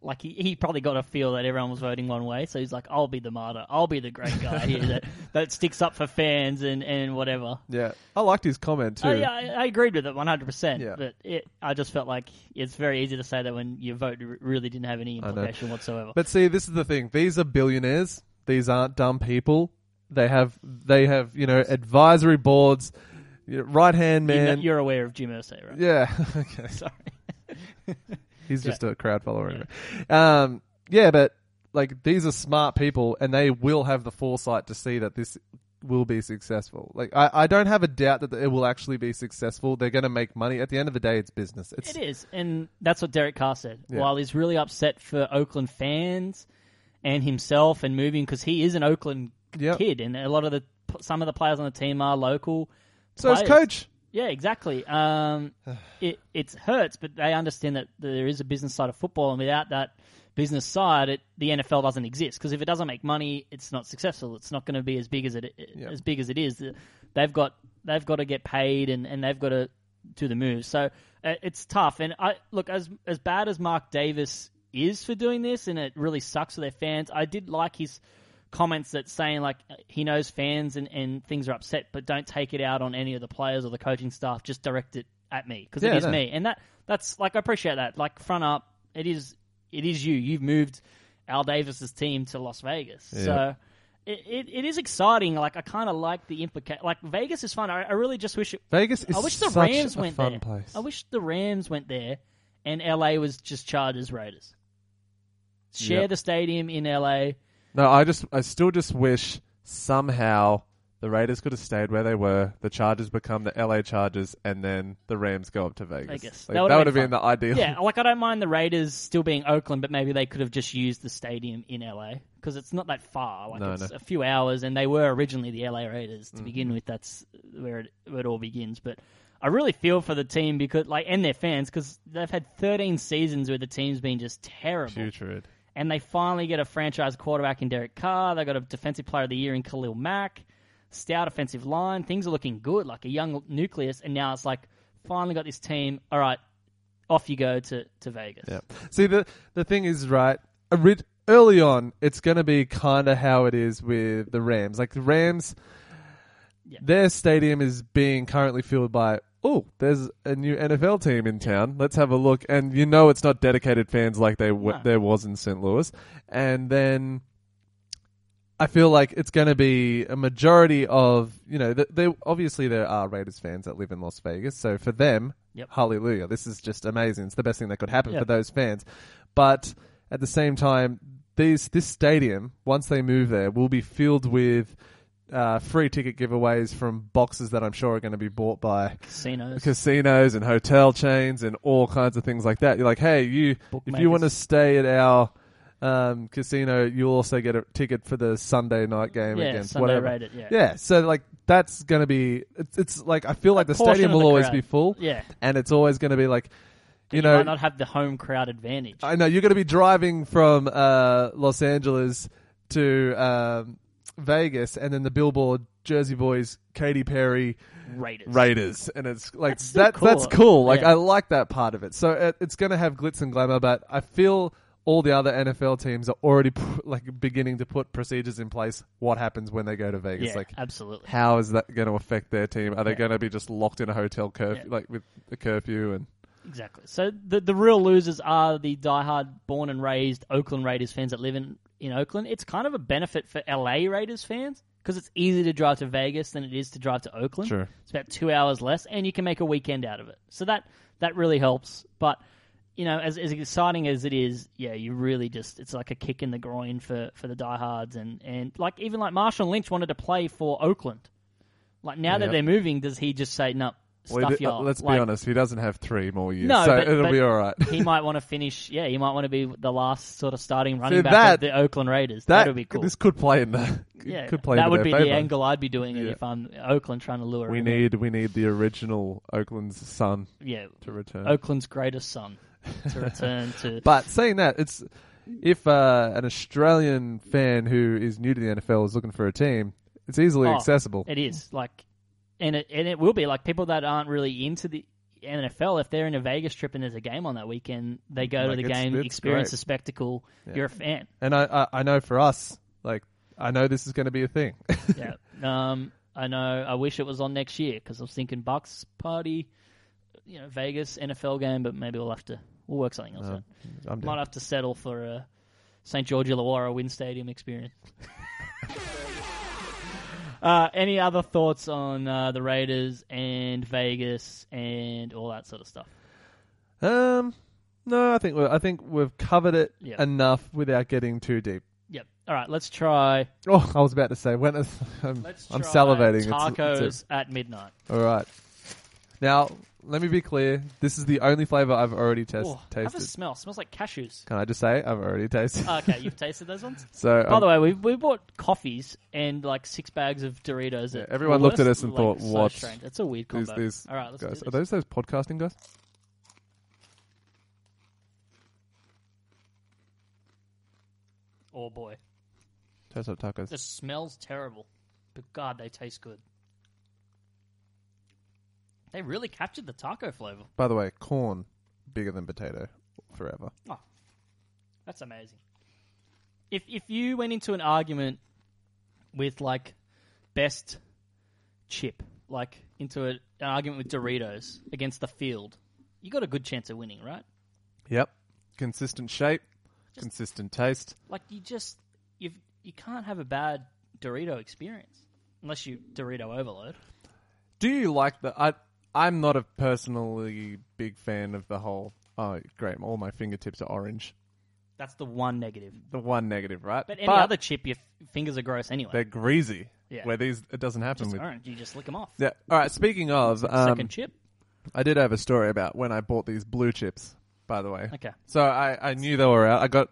[SPEAKER 3] Like he, he probably got a feel that everyone was voting one way, so he's like, "I'll be the martyr. I'll be the great guy here that, that sticks up for fans and, and whatever."
[SPEAKER 2] Yeah, I liked his comment too.
[SPEAKER 3] Oh, yeah, I, I agreed with it one hundred percent.
[SPEAKER 2] Yeah.
[SPEAKER 3] But it, I just felt like it's very easy to say that when your vote r- really didn't have any implication whatsoever.
[SPEAKER 2] But see, this is the thing. These are billionaires. These aren't dumb people. They have they have you know advisory boards, right hand
[SPEAKER 3] you
[SPEAKER 2] man.
[SPEAKER 3] are aware of Jim Irsay, right?
[SPEAKER 2] yeah, okay.
[SPEAKER 3] Sorry.
[SPEAKER 2] He's just a crowd follower. Anyway. Um, yeah, but like these are smart people, and they will have the foresight to see that this will be successful. Like I, I don't have a doubt that it will actually be successful. They're going to make money. At the end of the day, it's business. It's
[SPEAKER 3] It is, and that's what Derek Carr said.
[SPEAKER 2] Yeah.
[SPEAKER 3] While he's really upset for Oakland fans and himself and moving because he is an Oakland
[SPEAKER 2] Yep.
[SPEAKER 3] kid, and a lot of the some of the players on the team are local.
[SPEAKER 2] so it's
[SPEAKER 3] players.
[SPEAKER 2] coach.
[SPEAKER 3] Yeah, exactly. Um, it it hurts, but they understand that there is a business side of football, and without that business side, it, the NFL doesn't exist. Because if it doesn't make money, it's not successful. It's not going to be as big as it as big as it is. They've got they've got to get paid, and, and they've got to do the moves. So uh, it's tough. And I look as as bad as Mark Davis is for doing this, and it really sucks for their fans. I did like his comments that saying like he knows fans and, and things are upset, but don't take it out on any of the players or the coaching staff. Just direct it at me because
[SPEAKER 2] Yeah,
[SPEAKER 3] it is
[SPEAKER 2] no.
[SPEAKER 3] me, and that that's like I appreciate that. Like front up, it is it is you. You've moved Al Davis's team to Las Vegas, so. It, it, it is exciting. Like I kind of like the implication. Like Vegas is fun. I, I really just wish it.
[SPEAKER 2] Vegas is
[SPEAKER 3] I wish the
[SPEAKER 2] such
[SPEAKER 3] Rams
[SPEAKER 2] a
[SPEAKER 3] went
[SPEAKER 2] fun
[SPEAKER 3] there.
[SPEAKER 2] place.
[SPEAKER 3] I wish the Rams went there, and LA was just Chargers Raiders. Share
[SPEAKER 2] Yep.
[SPEAKER 3] the stadium in LA.
[SPEAKER 2] No, I just I still just wish somehow the Raiders could have stayed where they were. The Chargers become the LA Chargers, and then the Rams go up to Vegas.
[SPEAKER 3] Vegas.
[SPEAKER 2] Like,
[SPEAKER 3] That
[SPEAKER 2] that,
[SPEAKER 3] would've
[SPEAKER 2] would have
[SPEAKER 3] been
[SPEAKER 2] been the ideal.
[SPEAKER 3] Yeah, like I don't mind the Raiders still being Oakland, but maybe they could have just used the stadium in LA because it's not that far. Like
[SPEAKER 2] No,
[SPEAKER 3] it's
[SPEAKER 2] no. Mm-hmm.
[SPEAKER 3] a few hours, and they were originally the LA Raiders to begin with. That's where it, where it all begins. But I really feel for the team because, like, and their fans because they've had 13 seasons where the team's been just terrible,
[SPEAKER 2] Putrid.
[SPEAKER 3] and they finally get a franchise quarterback in Derek Carr. They got a defensive player of the year in Khalil Mack, stout offensive line. Things are looking good, like a young nucleus, and now it's like finally got this team. All right off you go to, to Vegas.
[SPEAKER 2] Yeah. See the the thing is right. orig- Early on, it's going to be kind of how it is with the Rams. Like the Rams, their stadium is being currently filled by. Oh, there's a new NFL team in town. Let's have a look. And you know it's not dedicated fans like they w-
[SPEAKER 3] No.
[SPEAKER 2] there was in St. Louis. And then I feel like it's going to be a majority of you know th- they obviously there are Raiders fans that live in Las Vegas, so for them,
[SPEAKER 3] Yep.
[SPEAKER 2] hallelujah, this is just amazing. It's the best thing that could happen
[SPEAKER 3] Yeah.
[SPEAKER 2] for those fans. But at the same time, these this stadium once they move there will be filled with uh, free ticket giveaways from boxes that I'm sure are going to be bought by
[SPEAKER 3] Casinos.
[SPEAKER 2] casinos and hotel chains and all kinds of things like that. You're like, hey, you if
[SPEAKER 3] Bookmakers.
[SPEAKER 2] you want to stay at our um, casino, you'll also get a ticket for the Sunday night game
[SPEAKER 3] Yeah,
[SPEAKER 2] against
[SPEAKER 3] Sunday
[SPEAKER 2] whatever.
[SPEAKER 3] rated, yeah.
[SPEAKER 2] so like that's going to be it's, it's like I feel like the
[SPEAKER 3] portion
[SPEAKER 2] stadium
[SPEAKER 3] of
[SPEAKER 2] will
[SPEAKER 3] the
[SPEAKER 2] always
[SPEAKER 3] crowd.
[SPEAKER 2] be full.
[SPEAKER 3] Yeah.
[SPEAKER 2] and it's always going to be like. You,
[SPEAKER 3] you
[SPEAKER 2] know,
[SPEAKER 3] might not have the home crowd advantage.
[SPEAKER 2] I know you're going to be driving from uh, Los Angeles to um, Vegas, and then the billboard Jersey Boys, Katy Perry,
[SPEAKER 3] Raiders.
[SPEAKER 2] Raiders, and it's like
[SPEAKER 3] That's so
[SPEAKER 2] that. That's
[SPEAKER 3] cool.
[SPEAKER 2] cool. Like
[SPEAKER 3] Yeah.
[SPEAKER 2] I like that part of it. So it, it's going to have glitz and glamour, but I feel all the other NFL teams are already p- like beginning to put procedures in place. What happens when they go to Vegas?
[SPEAKER 3] Yeah,
[SPEAKER 2] Like.
[SPEAKER 3] absolutely.
[SPEAKER 2] How is that going to affect their team? Are they going to be just locked in a hotel curfew,
[SPEAKER 3] Yeah.
[SPEAKER 2] like with a curfew? And
[SPEAKER 3] Exactly. So the the real losers are the diehard, born and raised Oakland Raiders fans that live in in Oakland. It's kind of a benefit for LA Raiders fans because it's easier to drive to Vegas than it is to drive to Oakland.
[SPEAKER 2] Sure.
[SPEAKER 3] It's about two hours less, and you can make a weekend out of it. So that that really helps. But you know, as, as exciting as it is, yeah, you really just it's like a kick in the groin for for the diehards and and like even like Marshall Lynch wanted to play for Oakland. Like now that
[SPEAKER 2] Yeah.
[SPEAKER 3] they're moving, does he just say no? Stuff
[SPEAKER 2] Well, he- uh,
[SPEAKER 3] y'all.
[SPEAKER 2] let's be
[SPEAKER 3] Like,
[SPEAKER 2] honest, he doesn't have three more years,
[SPEAKER 3] No,
[SPEAKER 2] so
[SPEAKER 3] but-
[SPEAKER 2] it'll
[SPEAKER 3] but
[SPEAKER 2] be all right.
[SPEAKER 3] he might want to finish. Yeah, he might want to be the last sort of starting running
[SPEAKER 2] See,
[SPEAKER 3] back
[SPEAKER 2] that-
[SPEAKER 3] of the Oakland Raiders.
[SPEAKER 2] That
[SPEAKER 3] That would be cool.
[SPEAKER 2] This could play in the
[SPEAKER 3] yeah,
[SPEAKER 2] could play.
[SPEAKER 3] that
[SPEAKER 2] into
[SPEAKER 3] would
[SPEAKER 2] their
[SPEAKER 3] be the
[SPEAKER 2] favor.
[SPEAKER 3] angle I'd be doing it
[SPEAKER 2] Yeah.
[SPEAKER 3] if I'm Oakland trying to lure.
[SPEAKER 2] We
[SPEAKER 3] him.
[SPEAKER 2] need we need the original Oakland's son
[SPEAKER 3] yeah,
[SPEAKER 2] to return.
[SPEAKER 3] Oakland's greatest son to return to.
[SPEAKER 2] But saying that, it's if uh, an Australian fan who is new to the NFL is looking for a team, it's easily
[SPEAKER 3] Oh,
[SPEAKER 2] accessible.
[SPEAKER 3] It is like, and it and it will be like people that aren't really into the NFL. If they're in a Vegas trip and there's a game on that weekend, they go
[SPEAKER 2] Mm, Like,
[SPEAKER 3] to the
[SPEAKER 2] it's-
[SPEAKER 3] game,
[SPEAKER 2] it's
[SPEAKER 3] experience
[SPEAKER 2] great.
[SPEAKER 3] the spectacle. You're a fan.
[SPEAKER 2] And I, I I know for us, like I know this is going to be a thing.
[SPEAKER 3] yeah. Um, I know. I wish it was on next year because I was thinking Bucks party, you know, Vegas NFL game, but maybe we'll have to we'll work something else. out.
[SPEAKER 2] Uh, I'm
[SPEAKER 3] Might
[SPEAKER 2] down.
[SPEAKER 3] have to settle for a St George Illawarra Win Stadium experience. uh, any other thoughts on uh, the Raiders and Vegas and all that sort of stuff?
[SPEAKER 2] Um, no, I think we I think we've covered it
[SPEAKER 3] Yeah.
[SPEAKER 2] enough without getting too deep.
[SPEAKER 3] Yep. All right. Let's try.
[SPEAKER 2] Oh, I was about to say when is- I'm,
[SPEAKER 3] Let's
[SPEAKER 2] I'm
[SPEAKER 3] try
[SPEAKER 2] salivating. It's- it's a-
[SPEAKER 3] Tacos at midnight.
[SPEAKER 2] All right. Now, let me be clear. This is the only flavor I've already test-
[SPEAKER 3] Oh, have a
[SPEAKER 2] tasted.
[SPEAKER 3] smell. Smells like cashews.
[SPEAKER 2] Can I just say I've already tasted?
[SPEAKER 3] okay, you've tasted those ones.
[SPEAKER 2] so,
[SPEAKER 3] By
[SPEAKER 2] um,
[SPEAKER 3] the way, we we bought coffees and like six bags of Doritos. at
[SPEAKER 2] everyone looked at
[SPEAKER 3] Woolworths.
[SPEAKER 2] us and
[SPEAKER 3] Like,
[SPEAKER 2] thought,
[SPEAKER 3] so
[SPEAKER 2] "What
[SPEAKER 3] Strange. It's a weird
[SPEAKER 2] these,
[SPEAKER 3] combo.
[SPEAKER 2] these
[SPEAKER 3] All right, let's
[SPEAKER 2] guys
[SPEAKER 3] do
[SPEAKER 2] are those
[SPEAKER 3] this.
[SPEAKER 2] those podcasting guys?
[SPEAKER 3] Oh boy,
[SPEAKER 2] Toast up tacos.
[SPEAKER 3] this smells terrible, but God, they taste good. They really captured the taco flavor.
[SPEAKER 2] By the way, corn bigger than potato forever.
[SPEAKER 3] Oh, that's amazing. If if you went into an argument with like best chip, like into a, an argument with Doritos against the field, you got a good chance of winning, right?
[SPEAKER 2] Yep. Consistent shape, consistent taste.
[SPEAKER 3] Like you just you you can't have a bad Dorito experience unless you Dorito overload.
[SPEAKER 2] Do you like the I I'm not a personally big fan of the whole oh great, all my fingertips are orange.
[SPEAKER 3] That's the one negative.
[SPEAKER 2] The one negative, right?
[SPEAKER 3] But any other chip, your f- fingers are gross anyway.
[SPEAKER 2] they're greasy.
[SPEAKER 3] Yeah.
[SPEAKER 2] Where these it doesn't happen
[SPEAKER 3] Just
[SPEAKER 2] with
[SPEAKER 3] orange. You just lick them off.
[SPEAKER 2] Yeah. All right. Speaking of, um,
[SPEAKER 3] Second chip.
[SPEAKER 2] I did have a story about when I bought these blue chips. By the way.
[SPEAKER 3] Okay.
[SPEAKER 2] So I, I knew they were out. I got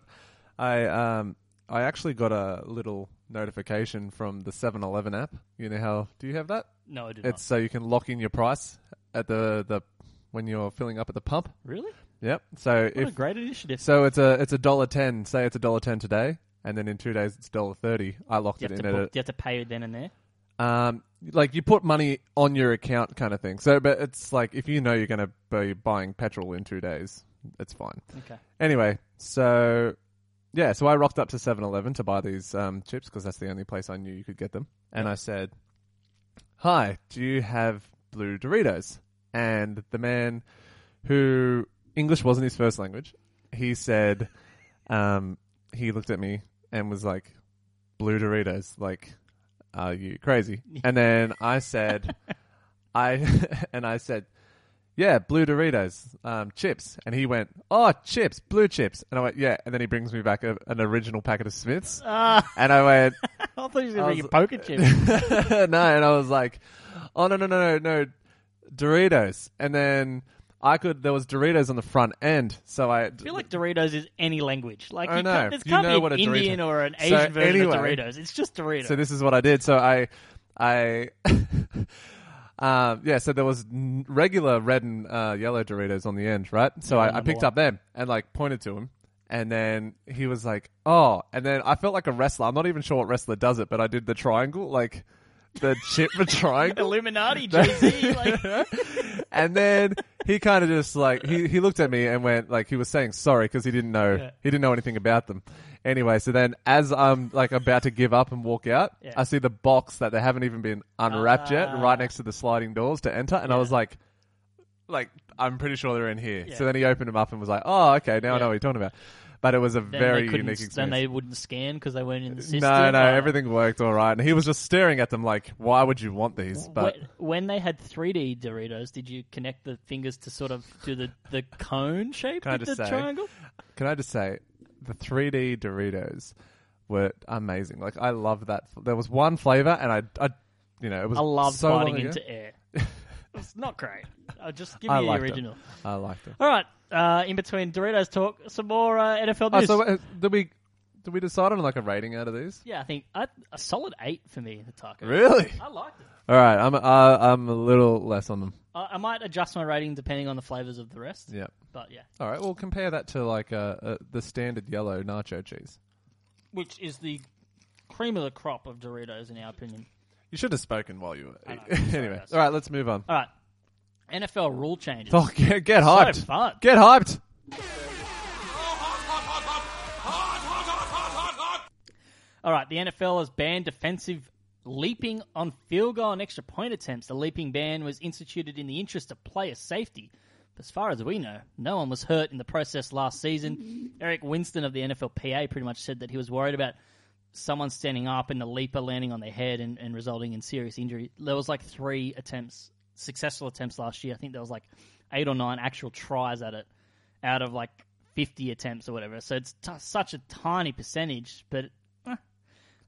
[SPEAKER 2] I um I actually got a little notification from the 7-Eleven app. You know how do you have that?
[SPEAKER 3] No, I did
[SPEAKER 2] It's so you can lock in your price at the the when you're filling up at the pump.
[SPEAKER 3] not. Really?
[SPEAKER 2] Yep. So
[SPEAKER 3] What a
[SPEAKER 2] if
[SPEAKER 3] great initiative.
[SPEAKER 2] so it's a it's a dollar ten. Say it's a dollar ten today, and then in two days it's dollar thirty. I locked
[SPEAKER 3] you,
[SPEAKER 2] it
[SPEAKER 3] have
[SPEAKER 2] in
[SPEAKER 3] to
[SPEAKER 2] at
[SPEAKER 3] book-
[SPEAKER 2] a,
[SPEAKER 3] you have to pay then and there.
[SPEAKER 2] um, like you put money on your account kind of thing. So, but it's like if you know you're going to be buying petrol in two days, it's fine.
[SPEAKER 3] Okay.
[SPEAKER 2] Anyway, so yeah, so I rocked up to 7-Eleven to buy these um, chips because that's the only place I knew you could get them, and I said, "Hi, do you have blue Doritos?" And the man who English wasn't his first language, he said, um, he looked at me and was like, "Blue Doritos, like, are you crazy?" And then I said, "I," and I said, yeah, blue Doritos, um, chips. And he went, oh, chips, blue chips. And I went, yeah. And then he brings me back a, an original packet of Smiths. and I went,
[SPEAKER 3] I thought you were going to bring Oh, a
[SPEAKER 2] was-
[SPEAKER 3] poker chip.
[SPEAKER 2] no, and I was like, oh no no no no no, Doritos, and then I could there was Doritos on the front end, so I,
[SPEAKER 3] I feel like Doritos is any language. Like
[SPEAKER 2] I
[SPEAKER 3] you
[SPEAKER 2] know.
[SPEAKER 3] can't, this
[SPEAKER 2] You
[SPEAKER 3] can't
[SPEAKER 2] know
[SPEAKER 3] be
[SPEAKER 2] what
[SPEAKER 3] an
[SPEAKER 2] a Dorito-
[SPEAKER 3] Indian or an
[SPEAKER 2] So
[SPEAKER 3] Asian version of
[SPEAKER 2] anyway-
[SPEAKER 3] Doritos. It's just Doritos.
[SPEAKER 2] so this is what I did. So I I. Um, yeah, so there was n- regular red and uh, yellow Doritos on the end, right? So I, I
[SPEAKER 3] number
[SPEAKER 2] picked
[SPEAKER 3] one.
[SPEAKER 2] up them and like pointed to him, and then he was like, "Oh!" And then I felt like a wrestler. I'm not even sure what wrestler does it, but I did the triangle, like the chip for triangle.
[SPEAKER 3] Illuminati, Jay Z. Like,
[SPEAKER 2] and then he kind of just like he, he looked at me and went like he was saying sorry because he didn't know
[SPEAKER 3] Yeah.
[SPEAKER 2] he didn't know anything about them anyway so then as i'm like about to give up and walk out
[SPEAKER 3] Yeah.
[SPEAKER 2] i see the box that they haven't even been unwrapped yet
[SPEAKER 3] Ah.
[SPEAKER 2] right next to the sliding doors to enter and i was like like i'm pretty sure they're in here so
[SPEAKER 3] Yeah.
[SPEAKER 2] then he opened them up and was like oh okay now i
[SPEAKER 3] Yeah.
[SPEAKER 2] know what you're talking about but it was a
[SPEAKER 3] then
[SPEAKER 2] very
[SPEAKER 3] they couldn't.
[SPEAKER 2] unique experience
[SPEAKER 3] Then they wouldn't scan because they weren't in the system.
[SPEAKER 2] no no
[SPEAKER 3] Uh,
[SPEAKER 2] everything worked all right and he was just staring at them like why would you want these but
[SPEAKER 3] Wh- when they had 3D Doritos, did you connect the fingers to sort of do the, the cone shape
[SPEAKER 2] Can I
[SPEAKER 3] with the
[SPEAKER 2] just say-
[SPEAKER 3] triangle?
[SPEAKER 2] Can I just say, the 3D Doritos were amazing. Like I love that. There was one flavor, and I, I you know, it was.
[SPEAKER 3] I love
[SPEAKER 2] so long
[SPEAKER 3] biting
[SPEAKER 2] ago.
[SPEAKER 3] into air. It's not great. I'll just give
[SPEAKER 2] I
[SPEAKER 3] you the
[SPEAKER 2] liked it.
[SPEAKER 3] original.
[SPEAKER 2] I liked it.
[SPEAKER 3] All right. Uh, in between Doritos talk, some more uh, NFL
[SPEAKER 2] Oh,
[SPEAKER 3] news.
[SPEAKER 2] so uh, did we? Did we decide on like a rating out of these?
[SPEAKER 3] yeah, I think I, a solid eight for me. The taco.
[SPEAKER 2] Really?
[SPEAKER 3] I liked it.
[SPEAKER 2] All right. I'm uh, I'm a little less on them.
[SPEAKER 3] I, I might adjust my rating depending on the flavors of the rest.
[SPEAKER 2] Yeah.
[SPEAKER 3] But yeah,
[SPEAKER 2] All right. Well, compare that to like uh, uh, the standard yellow nacho cheese.
[SPEAKER 3] which is the cream of the crop of Doritos in our opinion.
[SPEAKER 2] You should have spoken while you were.
[SPEAKER 3] know. Sorry,
[SPEAKER 2] anyway.
[SPEAKER 3] guys.
[SPEAKER 2] All right. Let's move on.
[SPEAKER 3] All right. NFL rule changes.
[SPEAKER 2] Oh, get, get hyped!
[SPEAKER 3] fun.
[SPEAKER 2] Get hyped!
[SPEAKER 3] All right, the NFL has banned defensive leaping on field goal and extra point attempts. The leaping ban was instituted in the interest of player safety. But as far as we know, no one was hurt in the process last season. Eric Winston of the NFLPA pretty much said that he was worried about someone standing up and the leaper landing on their head and, and resulting in serious injury. There was like three attempts, successful attempts last year. I think there was like eight or nine actual tries at it out of like 50 attempts or whatever. So it's t- such a tiny percentage, but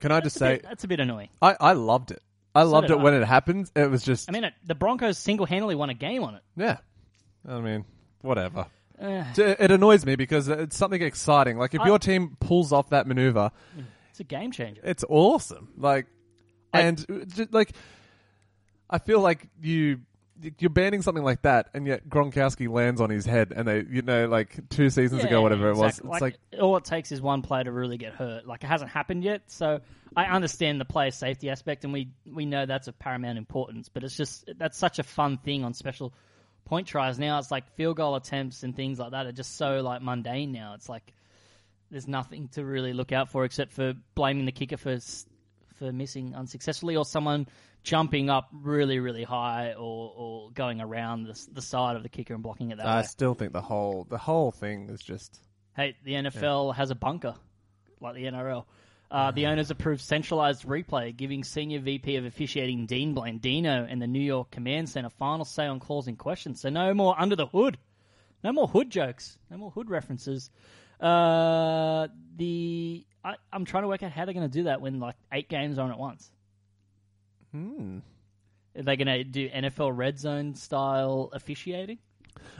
[SPEAKER 2] Can I just
[SPEAKER 3] that's a
[SPEAKER 2] say,
[SPEAKER 3] bit- that's a bit annoying.
[SPEAKER 2] I, I loved it. I loved
[SPEAKER 3] did
[SPEAKER 2] it
[SPEAKER 3] I.
[SPEAKER 2] when it happened. It was just,
[SPEAKER 3] I mean, it, the Broncos single-handedly won a game on it.
[SPEAKER 2] yeah. I mean, whatever.
[SPEAKER 3] Eh.
[SPEAKER 2] It- it annoys me because it's something exciting. Like if your team pulls off that maneuver,
[SPEAKER 3] It's a game changer.
[SPEAKER 2] it's awesome. Like,
[SPEAKER 3] I-
[SPEAKER 2] and uh, ju- like, I feel like you. You're banning something like that, and yet Gronkowski lands on his head, and they, you know, like two seasons ago, whatever it was.
[SPEAKER 3] exactly.
[SPEAKER 2] It's like,
[SPEAKER 3] all it takes is one player to really get hurt. Like it hasn't happened yet, so I understand the player safety aspect, and we we know that's of paramount importance. But it's just that's such a fun thing on special point tries. Now it's like field goal attempts and things like that are just so like mundane now. It's like there's nothing to really look out for except for blaming the kicker for s- for missing unsuccessfully or someone jumping up really really high or, or going around the, s- the side of the kicker and blocking it that
[SPEAKER 2] I
[SPEAKER 3] way.
[SPEAKER 2] still think the whole the whole thing is just
[SPEAKER 3] Hey, the NFL has a bunker, like the NRL.
[SPEAKER 2] Uh-huh.
[SPEAKER 3] Uh, the owners approved centralized replay, giving senior VP of officiating Dean Blandino and the New York Command Center final say on calls in questions. So no more under the hood, no more hood jokes, no more hood references. Uh, the I, I'm trying to work out how they're going to do that when like eight games are on at once. Hmm. Are they going to do NFL red zone style officiating?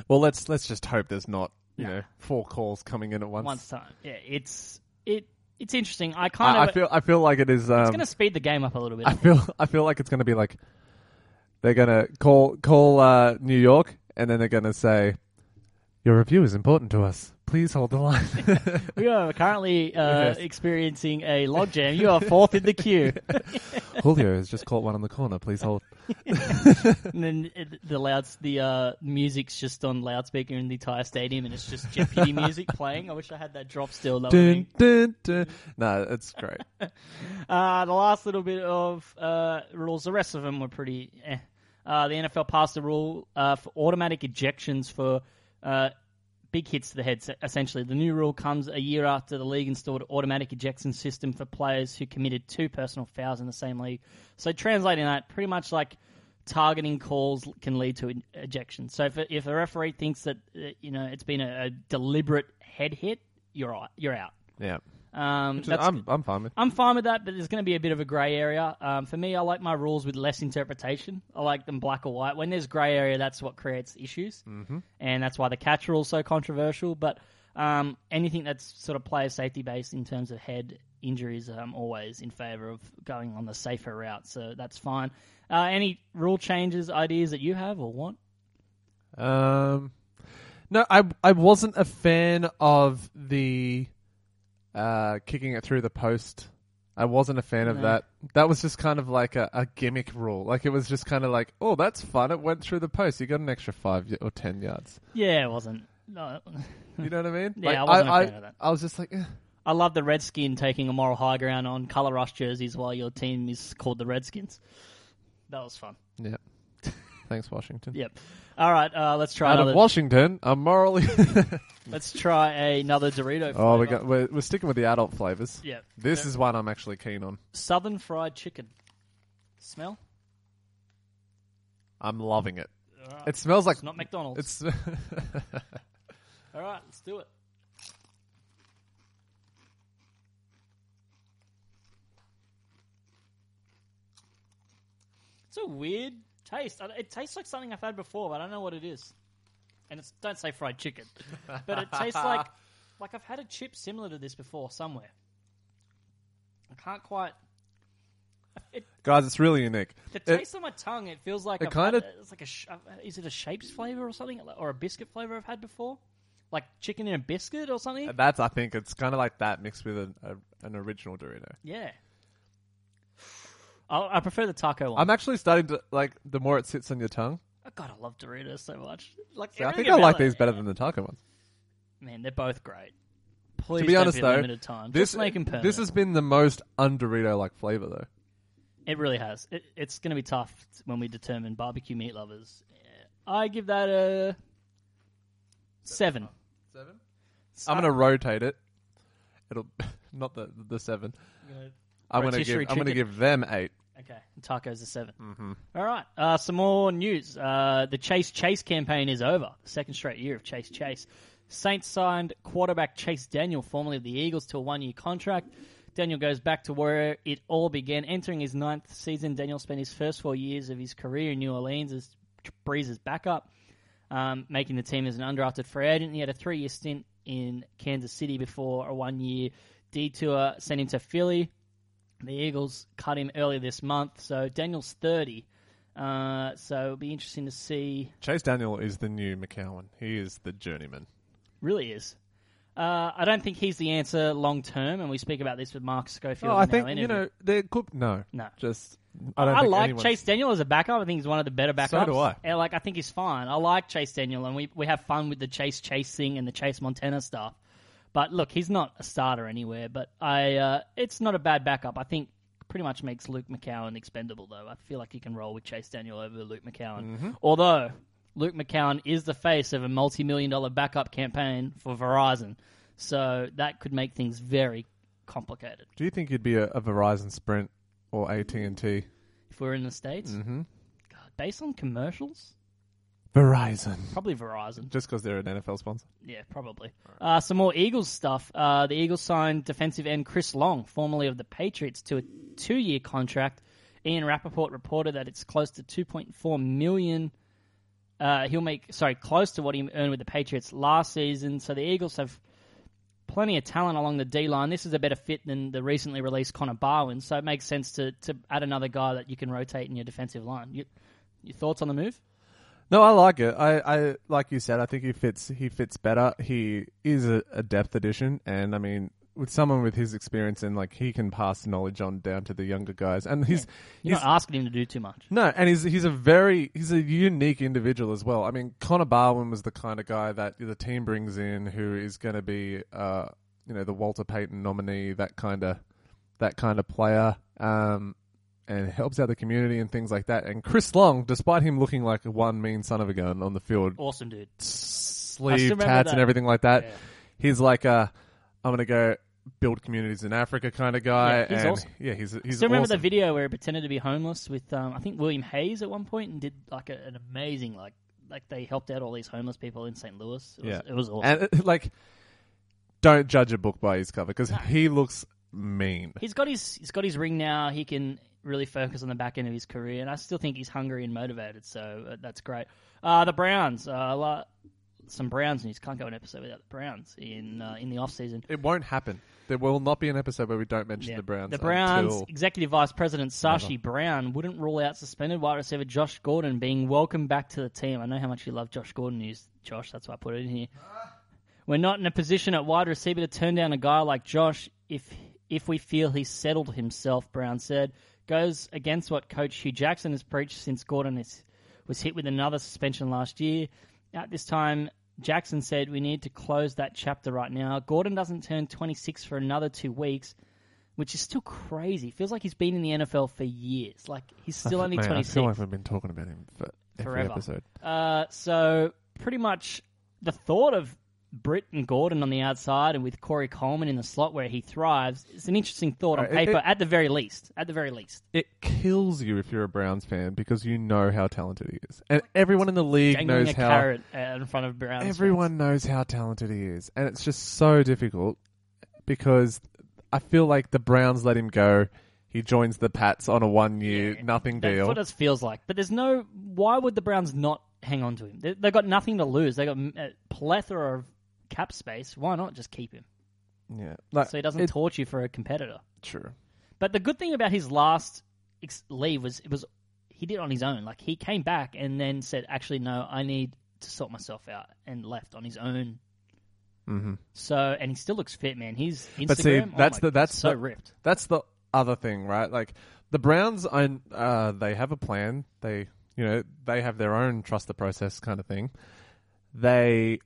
[SPEAKER 2] well. Let's let's just hope there's not you know four calls coming in at once.
[SPEAKER 3] once time. Yeah, it's it it's interesting. I kind
[SPEAKER 2] I,
[SPEAKER 3] of
[SPEAKER 2] I feel I feel like it is. Um,
[SPEAKER 3] it's going to speed the game up a little bit.
[SPEAKER 2] I feel I feel like it's going to be like they're going to call call uh, New York and then they're going to say your review is important to us. Please hold the line.
[SPEAKER 3] we are currently uh,
[SPEAKER 2] Yes.
[SPEAKER 3] experiencing a logjam. You are fourth in the queue,
[SPEAKER 2] Julio has just caught one on the corner. Please hold.
[SPEAKER 3] and then it- the louds the uh, music's just on loudspeaker in the entire stadium, and it's just Jeopardy music playing. I wish I had that drop still. That would've
[SPEAKER 2] Dun,
[SPEAKER 3] been-
[SPEAKER 2] dun, dun. No, it's great.
[SPEAKER 3] Uh, the last little bit of uh, rules, the rest of them were pretty. Eh. Uh, the NFL passed a rule uh, for automatic ejections for uh, big hits to the head. se- Essentially, the new rule comes a year after the league installed automatic ejection system for players who committed two personal fouls in the same league. So, translating that, pretty much like targeting calls can lead to in- ejection. So if a, if a referee thinks that uh, you know it's been a, a deliberate head hit, you're out. You're out.
[SPEAKER 2] Yeah.
[SPEAKER 3] Um,
[SPEAKER 2] Which is-
[SPEAKER 3] that's-
[SPEAKER 2] I'm, I'm fine with.
[SPEAKER 3] I'm fine with that, but there's going to be a bit of a grey area. Um, for me, I like my rules with less interpretation. I like them black or white. When there's grey area, that's what creates issues, mm-hmm. and that's why the catch rule is so controversial. But um, anything that's sort of player safety based in terms of head injuries, I'm always in favour of going on the safer route. So that's fine. Uh, any rule changes, ideas that you have or want?
[SPEAKER 2] Um, no, I I wasn't a fan of the uh, kicking it through the post. I wasn't a fan of
[SPEAKER 3] No.
[SPEAKER 2] that. That was just kind of like a, a gimmick rule. Like it was just kind of like, oh, that's fun. It went through the post. You got an extra five y- or ten yards.
[SPEAKER 3] Yeah, it wasn't. No.
[SPEAKER 2] You know what I mean?
[SPEAKER 3] Hmm. Yeah,
[SPEAKER 2] like,
[SPEAKER 3] I wasn't a fan of that.
[SPEAKER 2] I was just like, eh.
[SPEAKER 3] I love the Redskin taking a moral high ground on color rush jerseys while your team is called the Redskins. That was fun.
[SPEAKER 2] yeah. Thanks, Washington.
[SPEAKER 3] Yep. All right, uh, let's try
[SPEAKER 2] Out
[SPEAKER 3] another.
[SPEAKER 2] of Washington, I'm morally.
[SPEAKER 3] let's try another Dorito.
[SPEAKER 2] oh, we
[SPEAKER 3] flavor.
[SPEAKER 2] got, we're, we're sticking with the adult flavors.
[SPEAKER 3] Yeah.
[SPEAKER 2] This
[SPEAKER 3] Yeah.
[SPEAKER 2] is one I'm actually keen on.
[SPEAKER 3] Southern fried chicken. Smell?
[SPEAKER 2] I'm loving it. It smells like
[SPEAKER 3] It's not McDonald's.
[SPEAKER 2] It's
[SPEAKER 3] All right, let's do it. It's a weird taste. I- It tastes like something I've had before, but I don't know what it is. And it's don't say fried chicken, but it tastes like like I've had a chip similar to this before somewhere. I can't quite.
[SPEAKER 2] guys, it's really unique.
[SPEAKER 3] The
[SPEAKER 2] It-
[SPEAKER 3] taste on my tongue, it feels like
[SPEAKER 2] it
[SPEAKER 3] I've had-
[SPEAKER 2] kinda-
[SPEAKER 3] it's like a sh- uh, is it a shapes flavor or something or a biscuit flavor I've had before, like chicken in a biscuit or something.
[SPEAKER 2] That's I think it's kind of like that mixed with an, a, an original Dorito.
[SPEAKER 3] Yeah. I, I prefer the taco one.
[SPEAKER 2] I'm actually starting to like the more it sits on your tongue.
[SPEAKER 3] oh, God, I love Doritos so much. Like,
[SPEAKER 2] So I
[SPEAKER 3] everything
[SPEAKER 2] think I
[SPEAKER 3] about
[SPEAKER 2] like
[SPEAKER 3] that-
[SPEAKER 2] these better than the taco ones.
[SPEAKER 3] Man, they're both great. Please
[SPEAKER 2] To be
[SPEAKER 3] don't
[SPEAKER 2] honest,
[SPEAKER 3] be
[SPEAKER 2] though,
[SPEAKER 3] limited time.
[SPEAKER 2] this
[SPEAKER 3] Just make 'em
[SPEAKER 2] this
[SPEAKER 3] permanent.
[SPEAKER 2] has been the most un Dorito like flavor though.
[SPEAKER 3] It really has. It, it's going to be tough when we determine barbecue meat lovers. I give that a seven.
[SPEAKER 2] Seven. I'm gonna rotate it. It'll not the the seven. I'm gonna give
[SPEAKER 3] Rotisserie
[SPEAKER 2] I'm gonna
[SPEAKER 3] chicken.
[SPEAKER 2] give them eight.
[SPEAKER 3] Okay, tacos a 7 All right, uh, some more news. Uh, the Chase Chase campaign is over. Second straight year of Chase Chase. Saints signed quarterback Chase Daniel, formerly of the Eagles, to a one-year contract. Daniel goes back to where it all began. Entering his ninth season, Daniel spent his first four years of his career in New Orleans as Breeze's backup, um, making the team as an undrafted free agent. He had a three-year stint in Kansas City before a one-year detour sent him to Philly. The Eagles cut him early this month, so Daniel's 30. Uh, so it'll be interesting to see.
[SPEAKER 2] Chase Daniel is the new McCowan. He is the journeyman.
[SPEAKER 3] Really is. Uh, I don't think he's the answer long term, and we speak about this with Mark Schofield.
[SPEAKER 2] Oh, I
[SPEAKER 3] in our
[SPEAKER 2] think you
[SPEAKER 3] interview.
[SPEAKER 2] know they could no
[SPEAKER 3] No.
[SPEAKER 2] just I don't.
[SPEAKER 3] I
[SPEAKER 2] think
[SPEAKER 3] like
[SPEAKER 2] anyone's-
[SPEAKER 3] Chase Daniel as a backup. I think he's one of the better backups.
[SPEAKER 2] do I.
[SPEAKER 3] And, like I think he's fine. I like Chase Daniel, and we we have fun with the Chase Chase thing and the Chase Montana stuff. But look, he's not a starter anywhere. But I, uh, it's not a bad backup. I think pretty much makes Luke McCowan expendable though. I feel like you can roll with Chase Daniel over Luke McCowan.
[SPEAKER 2] Mm-hmm.
[SPEAKER 3] Although Luke McCowan is the face of a multi-million dollar backup campaign for Verizon, so that could make things very complicated.
[SPEAKER 2] Do you think you'd be a, a Verizon Sprint or AT and T?
[SPEAKER 3] If we're in the states,
[SPEAKER 2] Mhm.
[SPEAKER 3] God, based on commercials.
[SPEAKER 2] Verizon.
[SPEAKER 3] Probably Verizon.
[SPEAKER 2] Just because they're an NFL sponsor.
[SPEAKER 3] Yeah, probably. Uh, some more Eagles stuff. Uh, the Eagles signed defensive end Chris Long, formerly of the Patriots, to a two-year contract. Ian Rappaport reported that it's close to 2.4 million. Uh, he'll make sorry close to what he earned with the Patriots last season. So the Eagles have plenty of talent along the D line. This is a better fit than the recently released Connor Barwin. So it makes sense to to add another guy that you can rotate in your defensive line. You, your thoughts on the move?
[SPEAKER 2] No, I like it. I, I like you said. I think he fits. He fits better. He is a, a depth addition, and I mean, with someone with his experience and like he can pass knowledge on down to the younger guys. And he's
[SPEAKER 3] You're
[SPEAKER 2] he's
[SPEAKER 3] not asking him to do too much.
[SPEAKER 2] no, and he's he's a very he's a unique individual as well. I mean, Connor Barwin was the kind of guy that the team brings in who is going to be, uh, you know, the Walter Payton nominee, that kind of that kind of player. Um, and helps out the community and things like that. And Chris Long, despite him looking like one mean son of a gun on the field,
[SPEAKER 3] Awesome dude.
[SPEAKER 2] sleeve
[SPEAKER 3] remember
[SPEAKER 2] tats
[SPEAKER 3] that.
[SPEAKER 2] and everything like that,
[SPEAKER 3] Yeah.
[SPEAKER 2] he's like, uh, "I'm gonna go build communities in Africa kind of guy.
[SPEAKER 3] Yeah, he's
[SPEAKER 2] and
[SPEAKER 3] awesome.
[SPEAKER 2] yeah, he's he's
[SPEAKER 3] Still remember
[SPEAKER 2] awesome.
[SPEAKER 3] the video where he pretended to be homeless with um, I think William Hayes at one point and did like a, an amazing like like they helped out all these homeless people in St. Louis. It was,
[SPEAKER 2] Yeah.
[SPEAKER 3] it was awesome.
[SPEAKER 2] and uh, like, don't judge a book by his cover because he looks mean.
[SPEAKER 3] he's got his he's got his ring now. He can really focus on the back end of his career, and I still think he's hungry and motivated. So uh, that's great. Uh, the Browns, uh, a lot- some Browns news. Can't go an episode without the Browns in uh, in the off season.
[SPEAKER 2] It won't happen. There will not be an episode where we don't mention the Browns.
[SPEAKER 3] The Browns
[SPEAKER 2] until-
[SPEAKER 3] executive vice president Sashi Brown wouldn't rule out suspended wide receiver Josh Gordon being welcomed back to the team. I know how much you love Josh Gordon news, Josh. That's why I put it in here. We're not in a position at wide receiver to turn down a guy like Josh if if we feel he's settled himself. Brown said goes against what coach Hugh Jackson has preached since Gordon is, was hit with another suspension last year. At this time, Jackson said we need to close that chapter right now. Gordon doesn't turn 26 for another two weeks which is still crazy. Feels like he's been in the NFL for years. Like he's still only
[SPEAKER 2] Man, I feel
[SPEAKER 3] 26.
[SPEAKER 2] like we've been talking about him for every
[SPEAKER 3] Forever.
[SPEAKER 2] episode.
[SPEAKER 3] Uh, so pretty much the thought of Britt and Gordon on the outside and with Corey Coleman in the slot where he thrives is an interesting thought on
[SPEAKER 2] Right, Uh, it-
[SPEAKER 3] paper
[SPEAKER 2] it-
[SPEAKER 3] at the very least. At the very least.
[SPEAKER 2] It kills you if you're a Browns fan because you know how talented he is, and everyone in the league
[SPEAKER 3] Dangling
[SPEAKER 2] knows
[SPEAKER 3] a
[SPEAKER 2] how.
[SPEAKER 3] carrot uh, in front of Brown.
[SPEAKER 2] Everyone knows how talented he is, and it's just so difficult because I feel like the Browns let him go. He joins the Pats on a one-year nothing
[SPEAKER 3] That's
[SPEAKER 2] deal.
[SPEAKER 3] what it feels like. But there's no. Why would the Browns not hang on to him? They, they've got nothing to lose. They've got mm, a plethora of cap space. Why not just keep him?
[SPEAKER 2] yeah, like,
[SPEAKER 3] So he doesn't
[SPEAKER 2] it-
[SPEAKER 3] torture you for a competitor.
[SPEAKER 2] true.
[SPEAKER 3] But the good thing about his last ex- leave was it was he did it on his own. Like he came back and then said, "Actually, no, I need to sort myself out," and left on his own.
[SPEAKER 2] Mhm.
[SPEAKER 3] So and he still looks fit, man. He's Instagram.
[SPEAKER 2] But see,
[SPEAKER 3] oh
[SPEAKER 2] that's
[SPEAKER 3] my-
[SPEAKER 2] the- that's
[SPEAKER 3] so
[SPEAKER 2] the-
[SPEAKER 3] ripped.
[SPEAKER 2] That's the other thing, right? Like the Browns, I uh, they have a plan. They, you know, they have their own trust the process kind of thing. They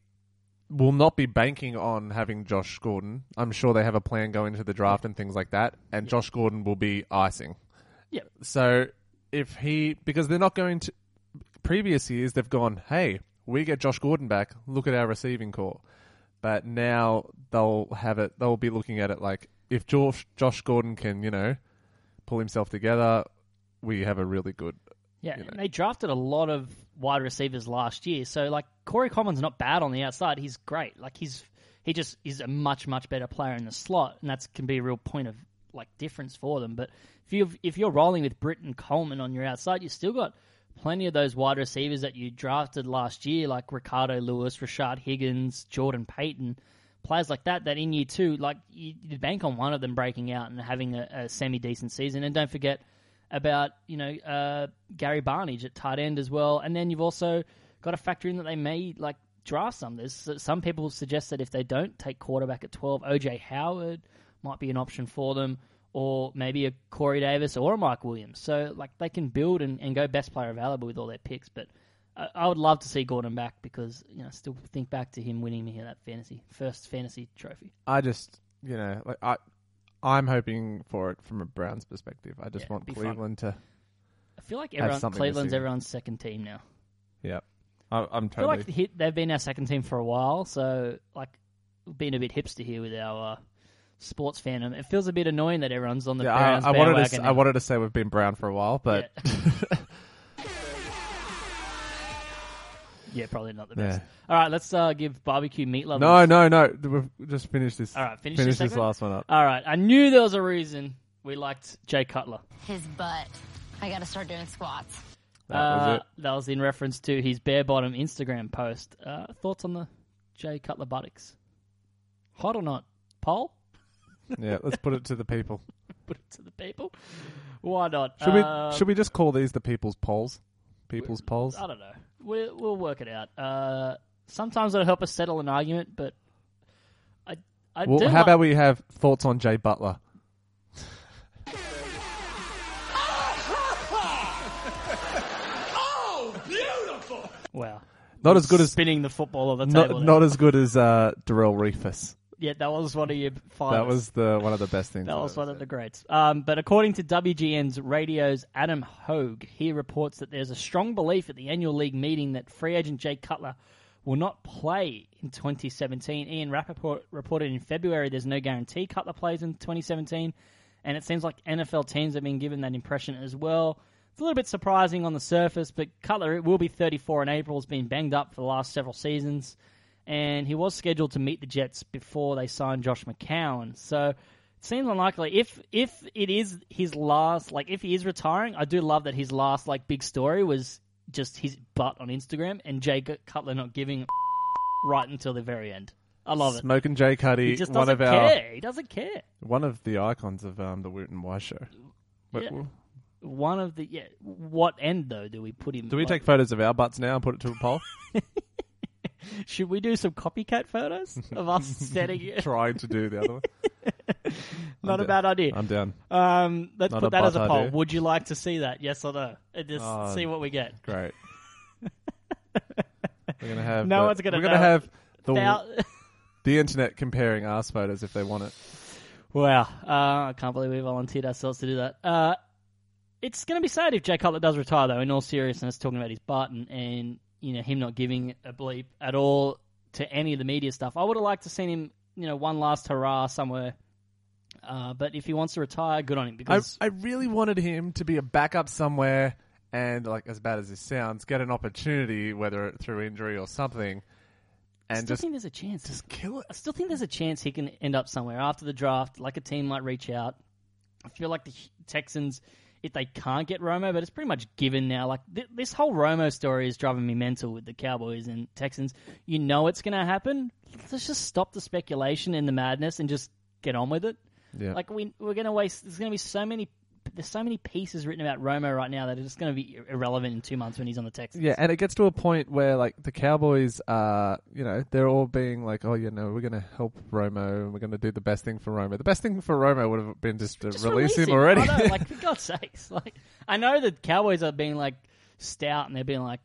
[SPEAKER 2] will not be banking on having Josh Gordon. I'm sure they have a plan going into the draft and things like that. And Josh Gordon will be icing.
[SPEAKER 3] Yeah.
[SPEAKER 2] So if he, because they're not going to previous years, they've gone, hey, we get Josh Gordon back. Look at our receiving core. But now they'll have it. They'll be looking at it like if Josh Josh Gordon can, you know, pull himself together, we have a really good.
[SPEAKER 3] Yeah,
[SPEAKER 2] you know.
[SPEAKER 3] and they drafted a lot of wide receivers last year. So like Corey Coleman's not bad on the outside. He's great. Like he's he just is a much much better player in the slot, and that's can be a real point of like difference for them. But if you if you're rolling with Britt and Coleman on your outside, you still got plenty of those wide receivers that you drafted last year, like Ricardo Lewis, Rashad Higgins, Jordan Payton. Players like that, that in year two, like you, you bank on one of them breaking out and having a, a semi decent season. And don't forget, about you know uh, Gary Barnage at tight end as well, and then you've also got to factor in that they may like draft some. There's some people suggest that if they don't take quarterback at twelve, OJ Howard might be an option for them, or maybe a Corey Davis or a Mike Williams. So like they can build and, and go best player available with all their picks, but. I- I would love to see Gordon back because you know I still think back to him winning me that fantasy first fantasy trophy.
[SPEAKER 2] I just, you know, like I, I'm hoping for it from a Browns perspective. I just
[SPEAKER 3] Yeah,
[SPEAKER 2] want
[SPEAKER 3] be fun.
[SPEAKER 2] Cleveland to.
[SPEAKER 3] I feel like everyone
[SPEAKER 2] something this
[SPEAKER 3] Cleveland's
[SPEAKER 2] season.
[SPEAKER 3] everyone's second team now.
[SPEAKER 2] Yeah, I, I'm
[SPEAKER 3] I feel
[SPEAKER 2] totally.
[SPEAKER 3] like he- they've been our second team for a while, so like being a bit hipster here with our uh, sports fandom, it feels a bit annoying that everyone's on the
[SPEAKER 2] yeah,
[SPEAKER 3] Browns
[SPEAKER 2] I, I wanted to.
[SPEAKER 3] bandwagon
[SPEAKER 2] s-
[SPEAKER 3] now.
[SPEAKER 2] I wanted to say we've been Brown for a while, but
[SPEAKER 3] yeah, probably not the
[SPEAKER 2] Yeah.
[SPEAKER 3] best. All right, let's uh, give barbecue meat love.
[SPEAKER 2] no, no, no. We've just finished this.
[SPEAKER 3] All right, finish
[SPEAKER 2] finish
[SPEAKER 3] this
[SPEAKER 2] this
[SPEAKER 3] segment?
[SPEAKER 2] last one up.
[SPEAKER 3] All right, I knew there was a reason we liked Jay Cutler.
[SPEAKER 5] His butt. I gotta start doing squats.
[SPEAKER 2] That was
[SPEAKER 3] Uh,
[SPEAKER 2] it.
[SPEAKER 3] That was in reference to his bare bottom Instagram post. Uh, thoughts on the Jay Cutler buttocks? Hot or not? Poll.
[SPEAKER 2] Yeah, let's put it to the people.
[SPEAKER 3] Put it to the people. Why not?
[SPEAKER 2] Should we
[SPEAKER 3] Uh,
[SPEAKER 2] should we just call these the people's polls? People's polls.
[SPEAKER 3] I don't know. We'll, we'll work it out. Uh, sometimes it'll help us settle an argument, but I, I
[SPEAKER 2] Well,
[SPEAKER 3] do
[SPEAKER 2] how
[SPEAKER 3] like-
[SPEAKER 2] about we have thoughts on Jay Butler?
[SPEAKER 3] wow.
[SPEAKER 2] Not as good as
[SPEAKER 3] spinning the football on the
[SPEAKER 2] not,
[SPEAKER 3] table. there.
[SPEAKER 2] not as good as uh, Darrell Reefus.
[SPEAKER 3] yeah, that was one of your finest.
[SPEAKER 2] That was the one of the best things.
[SPEAKER 3] That
[SPEAKER 2] I've
[SPEAKER 3] was
[SPEAKER 2] ever
[SPEAKER 3] one of
[SPEAKER 2] seen.
[SPEAKER 3] the greats. Um, but according to WGN's radio's Adam Hogue, he reports that there's a strong belief at the annual league meeting that free agent Jay Cutler will not play in 2017. Ian Rappaport reported in February there's no guarantee Cutler plays in 2017, and it seems like NFL teams have been given that impression as well. It's a little bit surprising on the surface, but Cutler will be 34 in April. Has been banged up for the last several seasons, and he was scheduled to meet the Jets before they signed Josh McCown. So it seems unlikely. If if it is his last, like if he is retiring, I do love that his last like big story was just his butt on Instagram and Jay Cutler not giving a right until the very end. I love it.
[SPEAKER 2] Smoking Jay Cuddy,
[SPEAKER 3] He just
[SPEAKER 2] one
[SPEAKER 3] doesn't
[SPEAKER 2] of
[SPEAKER 3] care.
[SPEAKER 2] our
[SPEAKER 3] He doesn't care.
[SPEAKER 2] one of the icons of um, the Woot and Why show. Wait,
[SPEAKER 3] Yeah.
[SPEAKER 2] w-
[SPEAKER 3] One of the yeah. What end though do we put him?
[SPEAKER 2] Do we
[SPEAKER 3] like,
[SPEAKER 2] take photos of our butts now and put it to a poll?
[SPEAKER 3] Should we do some copycat photos of us setting it?
[SPEAKER 2] Trying to do the other one.
[SPEAKER 3] Not a
[SPEAKER 2] down.
[SPEAKER 3] bad idea.
[SPEAKER 2] I'm down.
[SPEAKER 3] Um, let's
[SPEAKER 2] Not
[SPEAKER 3] put
[SPEAKER 2] a
[SPEAKER 3] that as
[SPEAKER 2] bad
[SPEAKER 3] a poll.
[SPEAKER 2] idea.
[SPEAKER 3] Would you like to see that? Yes or no? And just
[SPEAKER 2] Oh.
[SPEAKER 3] see what we get.
[SPEAKER 2] Great. we're gonna have
[SPEAKER 3] No
[SPEAKER 2] the-
[SPEAKER 3] one's gonna
[SPEAKER 2] We're gonna
[SPEAKER 3] know.
[SPEAKER 2] have the
[SPEAKER 3] Thou-
[SPEAKER 2] the internet comparing ass photos if they want it.
[SPEAKER 3] wow, uh, I can't believe we volunteered ourselves to do that. Uh, it's going to be sad if Jay Cutler does retire, though. In all seriousness, talking about his butt and, and you know him not giving a bleep at all to any of the media stuff. I would have liked to seen him, you know, one last hurrah somewhere. Uh, but if he wants to retire, good on him
[SPEAKER 2] I,
[SPEAKER 3] because
[SPEAKER 2] I really wanted him to be a backup somewhere and, like, as bad as this sounds, get an opportunity, whether through injury or something,
[SPEAKER 3] I
[SPEAKER 2] and
[SPEAKER 3] still
[SPEAKER 2] just
[SPEAKER 3] think there's a chance. Just
[SPEAKER 2] kill it.
[SPEAKER 3] I still think there's a chance he can end up somewhere after the draft. Like a team might reach out. I feel like the H- Texans, if they can't get Romo, but it's pretty much given now. Like th- this whole Romo story is driving me mental with the Cowboys and Texans. You know it's going to happen. Let's just stop the speculation and the madness and just get on with it.
[SPEAKER 2] Yeah.
[SPEAKER 3] Like we we're going to waste. There's going to be so many. There's so many pieces written about Romo right now that are just going to be ir- irrelevant in two months when he's on the Texans.
[SPEAKER 2] Yeah, and it gets to a point where like the Cowboys are, you know, they're all being like, oh, you know, we're going to help Romo and we're going to do the best thing for Romo. The best thing for Romo would have been just to
[SPEAKER 3] Just
[SPEAKER 2] release, him already.
[SPEAKER 3] I know, like for God's sakes, like I know the Cowboys are being like stout and they're being like,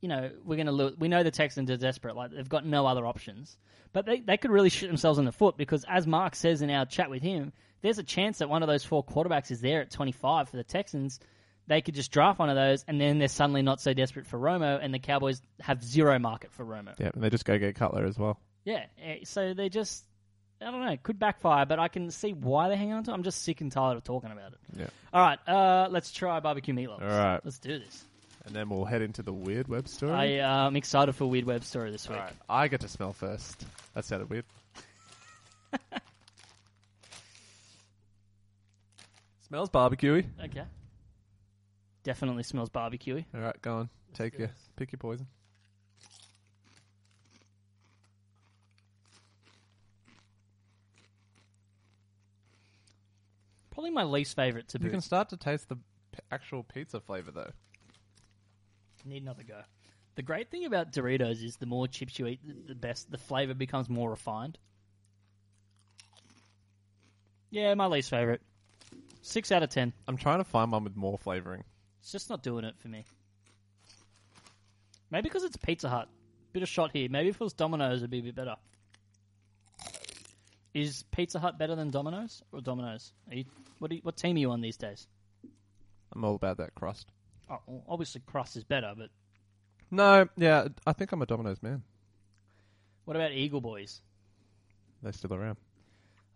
[SPEAKER 3] you know, we're gonna lose. We know the Texans are desperate. Like they've got no other options, but they they could really shoot themselves in the foot because as Mark says in our chat with him, there's a chance that one of those four quarterbacks is there at 25 for the Texans. They could just draft one of those, and then they're suddenly not so desperate for Romo, and the Cowboys have zero market for Romo.
[SPEAKER 2] yeah, and they just go get Cutler as well.
[SPEAKER 3] Yeah, eh, so they just. I don't know. It could backfire, but I can see why they're hanging on to it. I'm just sick and tired of talking about it.
[SPEAKER 2] Yeah.
[SPEAKER 3] All right, uh, let's try barbecue meatloaf.
[SPEAKER 2] All right.
[SPEAKER 3] Let's do this.
[SPEAKER 2] And then we'll head into the weird web story.
[SPEAKER 3] I, uh, I'm excited for Weird Web Story this week.
[SPEAKER 2] All right, I get to smell first. That sounded weird. Smells barbecuey.
[SPEAKER 3] Okay. Definitely smells barbecue.
[SPEAKER 2] All right, go on. Take
[SPEAKER 3] do
[SPEAKER 2] your
[SPEAKER 3] this.
[SPEAKER 2] pick your poison.
[SPEAKER 3] Probably my least favorite to
[SPEAKER 2] You
[SPEAKER 3] boot.
[SPEAKER 2] can start to taste the p- actual pizza flavor though.
[SPEAKER 3] Need another go. The great thing about Doritos is the more chips you eat, the- the best. The flavor becomes more refined. Yeah, my least favorite. Six out of ten.
[SPEAKER 2] I'm trying to find one with more flavoring.
[SPEAKER 3] It's just not doing it for me. Maybe because it's Pizza Hut. Bit of shot here. Maybe if it was Domino's, it'd be a bit better. Is Pizza Hut better than Domino's or Domino's? Are you, what, do you, what team are you on these days?
[SPEAKER 2] I'm all about that crust.
[SPEAKER 3] Oh, well, obviously, crust is better, but
[SPEAKER 2] No, yeah, I think I'm a Domino's man.
[SPEAKER 3] what about Eagle Boys?
[SPEAKER 2] They're still around.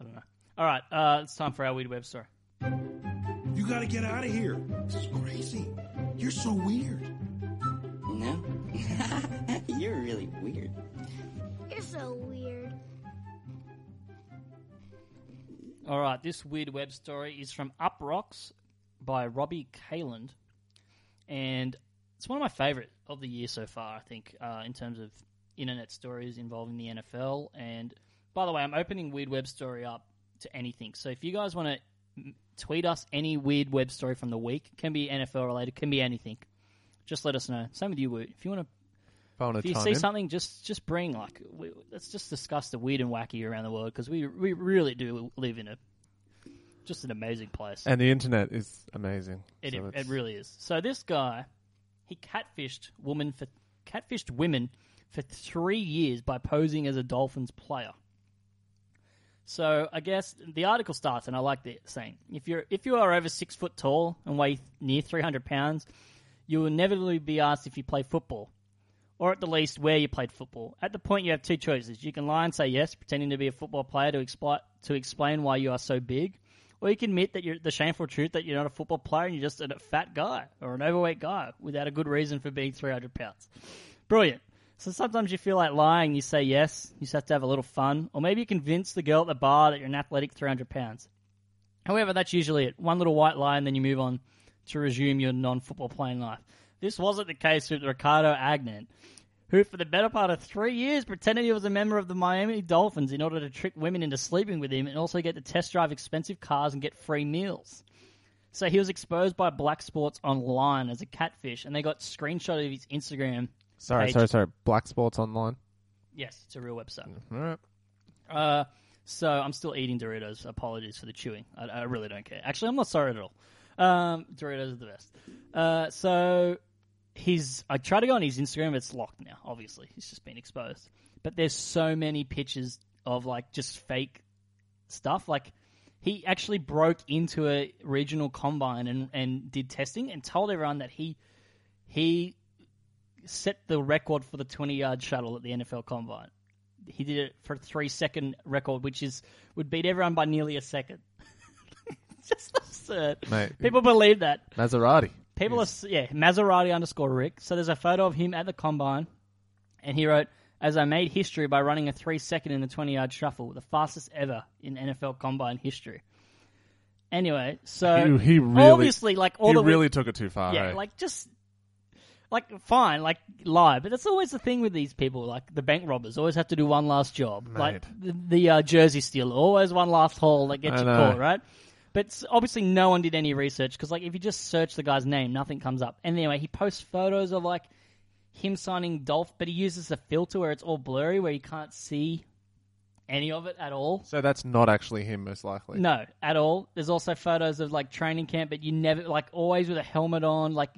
[SPEAKER 3] I don't know. All right, uh, it's time for our weird web story.
[SPEAKER 1] You gotta get out of here. This is crazy. You're so weird.
[SPEAKER 6] No? You're really weird.
[SPEAKER 7] You're so weird.
[SPEAKER 3] All right, this weird web story is from Up Rocks by Robbie Kaland, and it's one of my favorite of the year so far. I think uh, in terms of internet stories involving the NFL. And by the way, I'm opening weird web story up to anything. So if you guys want to tweet us any weird web story from the week, can be NFL related, can be anything. Just let us know. Same with you, Woot. If you want to
[SPEAKER 2] If I want
[SPEAKER 3] if
[SPEAKER 2] to
[SPEAKER 3] you
[SPEAKER 2] chime
[SPEAKER 3] see
[SPEAKER 2] in,
[SPEAKER 3] something, just just bring like we, let's just discuss the weird and wacky around the world because we we really do live in a just an amazing place.
[SPEAKER 2] and the internet is amazing.
[SPEAKER 3] it,
[SPEAKER 2] so
[SPEAKER 3] it,
[SPEAKER 2] it's-
[SPEAKER 3] it really is. So this guy, he catfished woman for catfished women for three years by posing as a Dolphins player. So I guess the article starts, and I like the saying: if you're if you are over six foot tall and weigh near three hundred pounds, you will inevitably be asked if you play football. or at the least where you played football. At the point, you have two choices. You can lie and say yes, pretending to be a football player to, expli- to explain why you are so big, or you can admit that you're the shameful truth that you're not a football player and you're just a fat guy or an overweight guy without a good reason for being 300 pounds. Brilliant. So sometimes you feel like lying, you say yes, you just have to have a little fun, or maybe you convince the girl at the bar that you're an athletic 300 pounds. However, that's usually it. One little white lie, and then you move on to resume your non football playing life. This wasn't the case with Ricardo Agnan, who, for the better part of three years, pretended he was a member of the Miami Dolphins in order to trick women into sleeping with him and also get to test drive expensive cars and get free meals. So he was exposed by Black Sports Online as a catfish, and they got screenshot of his Instagram.
[SPEAKER 2] Sorry,
[SPEAKER 3] page.
[SPEAKER 2] sorry, sorry. Black Sports Online.
[SPEAKER 3] Yes, it's a real website.
[SPEAKER 2] All right.
[SPEAKER 3] Uh, so I'm still eating Doritos. Apologies for the chewing. I, I really don't care. Actually, I'm not sorry at all. Um, Doritos are the best. Uh, so his I try to go on his Instagram. It's locked now. Obviously, he's just been exposed. But there's so many pictures of like just fake stuff. Like he actually broke into a regional combine and and did testing and told everyone that he he set the record for the 20 yard shuttle at the NFL combine he did it for a three second record, which is would beat everyone by nearly a second. It's Just absurd.
[SPEAKER 2] Mate.
[SPEAKER 3] People believe that.
[SPEAKER 2] Maserati.
[SPEAKER 3] People are yeah Maserati underscore Rick. So there's a photo of him at the combine, and he wrote, "As I made history by running a three second in the twenty yard shuffle, the fastest ever in NFL combine history." Anyway, so
[SPEAKER 2] He- he really-
[SPEAKER 3] obviously like all
[SPEAKER 2] he
[SPEAKER 3] the
[SPEAKER 2] really took it too far.
[SPEAKER 3] yeah,
[SPEAKER 2] eh?
[SPEAKER 3] like just like fine, like lie, but that's always the thing with these people. Like the bank robbers always have to do one last job. Like the, the uh, Jersey stealer, always one last haul that gets
[SPEAKER 2] I
[SPEAKER 3] you
[SPEAKER 2] know.
[SPEAKER 3] caught, right? But s- obviously, no one did any research because, like, if you just search the guy's name, nothing comes up. And anyway, he posts photos of like him signing Dolph, but he uses a filter where it's all blurry, where you can't see any of it at all.
[SPEAKER 2] so that's not actually him, most likely.
[SPEAKER 3] No, at all. There's also photos of like training camp, but you never like always with a helmet on, like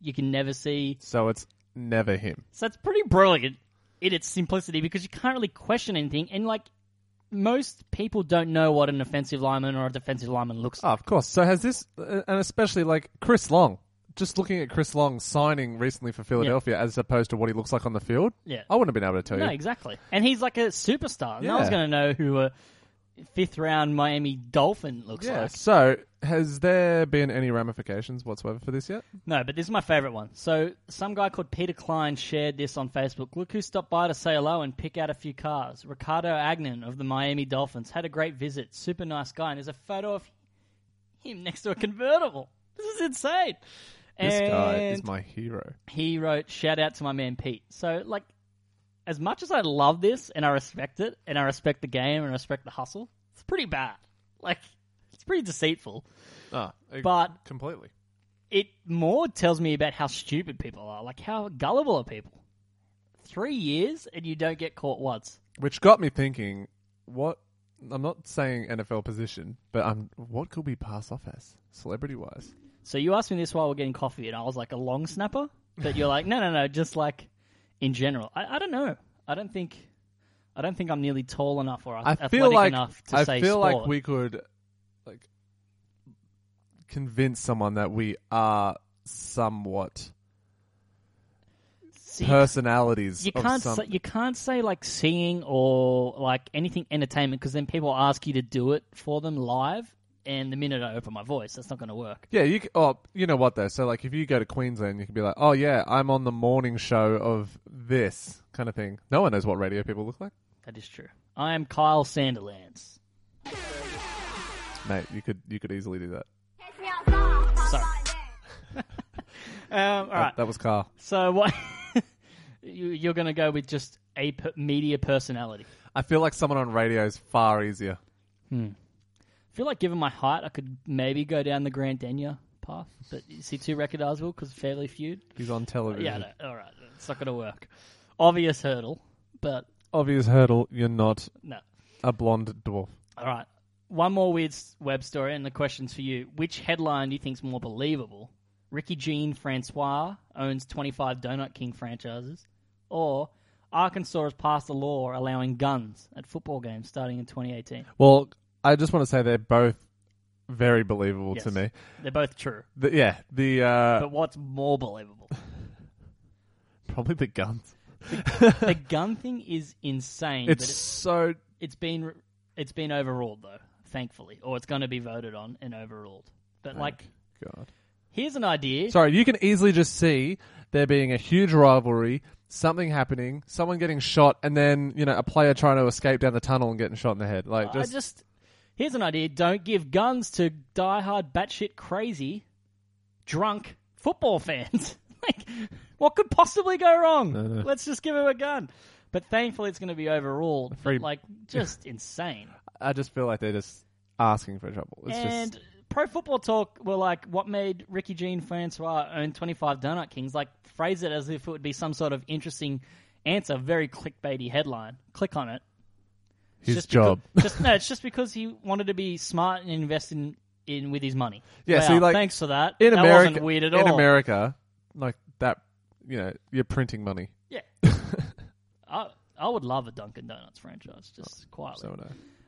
[SPEAKER 3] you can never see.
[SPEAKER 2] So it's never him.
[SPEAKER 3] So that's pretty brilliant in its simplicity because you can't really question anything, and like most people don't know what an offensive lineman or a defensive lineman looks
[SPEAKER 2] Oh,
[SPEAKER 3] like.
[SPEAKER 2] of course. So has this, uh, and especially like Chris Long. Just looking at Chris Long signing recently for Philadelphia, as opposed to what he looks like on the field,
[SPEAKER 3] Yeah.
[SPEAKER 2] I wouldn't have been able to tell
[SPEAKER 3] No,
[SPEAKER 2] you.
[SPEAKER 3] exactly. And he's like a superstar. No
[SPEAKER 2] Oh, Yeah.
[SPEAKER 3] one's going to know who a fifth round Miami Dolphin looks
[SPEAKER 2] Yeah.
[SPEAKER 3] like.
[SPEAKER 2] So has there been any ramifications whatsoever for this yet?
[SPEAKER 3] No, but this is my favorite one. So, some guy called Peter Klein shared this on Facebook. Look who stopped by to say hello and pick out a few cars. Ricardo Agnan of the Miami Dolphins had a great visit. Super nice guy. And there's a photo of him next to a convertible. This is insane.
[SPEAKER 2] This guy is
[SPEAKER 3] And-
[SPEAKER 2] my hero.
[SPEAKER 3] he wrote, "Shout out to my man Pete." So, like, as much as I love this and I respect it, and I respect the game and I respect the hustle, it's pretty bad. Like, it's pretty deceitful.
[SPEAKER 2] Ah,
[SPEAKER 3] But-
[SPEAKER 2] completely.
[SPEAKER 3] It more tells me about how stupid people are. Like, how gullible are people? Three years and you don't get caught once.
[SPEAKER 2] Which got me thinking, what I'm not saying NFL position, but I'm what could we pass off as celebrity wise?
[SPEAKER 3] So you asked me this while we're getting coffee, and I was like a long snapper, but you're like, no, no, no, just like in general. I, I don't know. I don't think. I don't think I'm nearly tall enough or
[SPEAKER 2] I
[SPEAKER 3] athletic
[SPEAKER 2] feel like
[SPEAKER 3] enough to
[SPEAKER 2] I
[SPEAKER 3] say
[SPEAKER 2] feel
[SPEAKER 3] sport.
[SPEAKER 2] like we could like convince someone that we are somewhat
[SPEAKER 3] See,
[SPEAKER 2] personalities.
[SPEAKER 3] you
[SPEAKER 2] of
[SPEAKER 3] can't
[SPEAKER 2] some-
[SPEAKER 3] say, you can't say like singing or like anything entertainment because then people ask you to do it for them live, and the minute I open my voice, that's not going to work.
[SPEAKER 2] yeah, you c- oh, you know what though? So like, if you go to Queensland, you can be like, oh yeah, I'm on the morning show of this kind of thing. No one knows what radio people look like,
[SPEAKER 3] That is true. I am Kyle Sanderlands.
[SPEAKER 2] mate. You could you could easily do that.
[SPEAKER 3] Sorry. um, all right.
[SPEAKER 2] That, that was Carl.
[SPEAKER 3] So what? you, you're going to go with just a per- media personality.
[SPEAKER 2] I feel like someone on radio is far easier.
[SPEAKER 3] I feel like given my height, I could maybe go down the Grand Denya path, but is he too recognizable because Fairly Feud?
[SPEAKER 2] He's on television.
[SPEAKER 3] Yeah, no, all right, it's not going to work. Obvious hurdle, but
[SPEAKER 2] Obvious hurdle, you're not
[SPEAKER 3] no.
[SPEAKER 2] a blonde dwarf.
[SPEAKER 3] All right, one more weird s- web story, and the question's for you. Which headline do you think's more believable? Ricky Jean Francois owns 25 Donut King franchises, or Arkansas has passed a law allowing guns at football games starting in 2018.
[SPEAKER 2] Well, I just want to say they're both very believable to
[SPEAKER 3] Yes.
[SPEAKER 2] me.
[SPEAKER 3] They're both true,
[SPEAKER 2] The, yeah, the uh,
[SPEAKER 3] but what's more believable?
[SPEAKER 2] probably the guns.
[SPEAKER 3] The gun thing is insane. but
[SPEAKER 2] It's so
[SPEAKER 3] it's been re- it's been overruled though, thankfully, or it's going to be voted on and overruled. But like,
[SPEAKER 2] God.
[SPEAKER 3] here's an idea.
[SPEAKER 2] Sorry, you can easily just see there being a huge rivalry, something happening, someone getting shot, and then you know a player trying to escape down the tunnel and getting shot in the head. Like
[SPEAKER 3] I
[SPEAKER 2] just,
[SPEAKER 3] just here's an idea. Don't give guns to diehard batshit crazy, drunk football fans. like, what could possibly go wrong? Let's just give him a gun. But thankfully, it's going to be overruled.
[SPEAKER 2] Free-
[SPEAKER 3] But like, just insane.
[SPEAKER 2] I just feel like they're just asking for trouble. It's
[SPEAKER 3] and
[SPEAKER 2] just
[SPEAKER 3] Pro Football Talk were like, what made Ricky Jean Francois own 25 Donut Kings? Like, phrase it as if it would be some sort of interesting answer, very clickbaity headline. Click on it. It's
[SPEAKER 2] his
[SPEAKER 3] just
[SPEAKER 2] job.
[SPEAKER 3] becau- just, no, it's just because he wanted to be smart and invest in, in with his money.
[SPEAKER 2] Yeah,
[SPEAKER 3] Wow,
[SPEAKER 2] so, like,
[SPEAKER 3] thanks for that.
[SPEAKER 2] in
[SPEAKER 3] that
[SPEAKER 2] America,
[SPEAKER 3] wasn't weird at
[SPEAKER 2] in
[SPEAKER 3] all.
[SPEAKER 2] America, like that, you know, you're printing money.
[SPEAKER 3] Yeah. I, I would love a Dunkin' Donuts franchise,
[SPEAKER 2] Oh,
[SPEAKER 3] just quietly.
[SPEAKER 2] So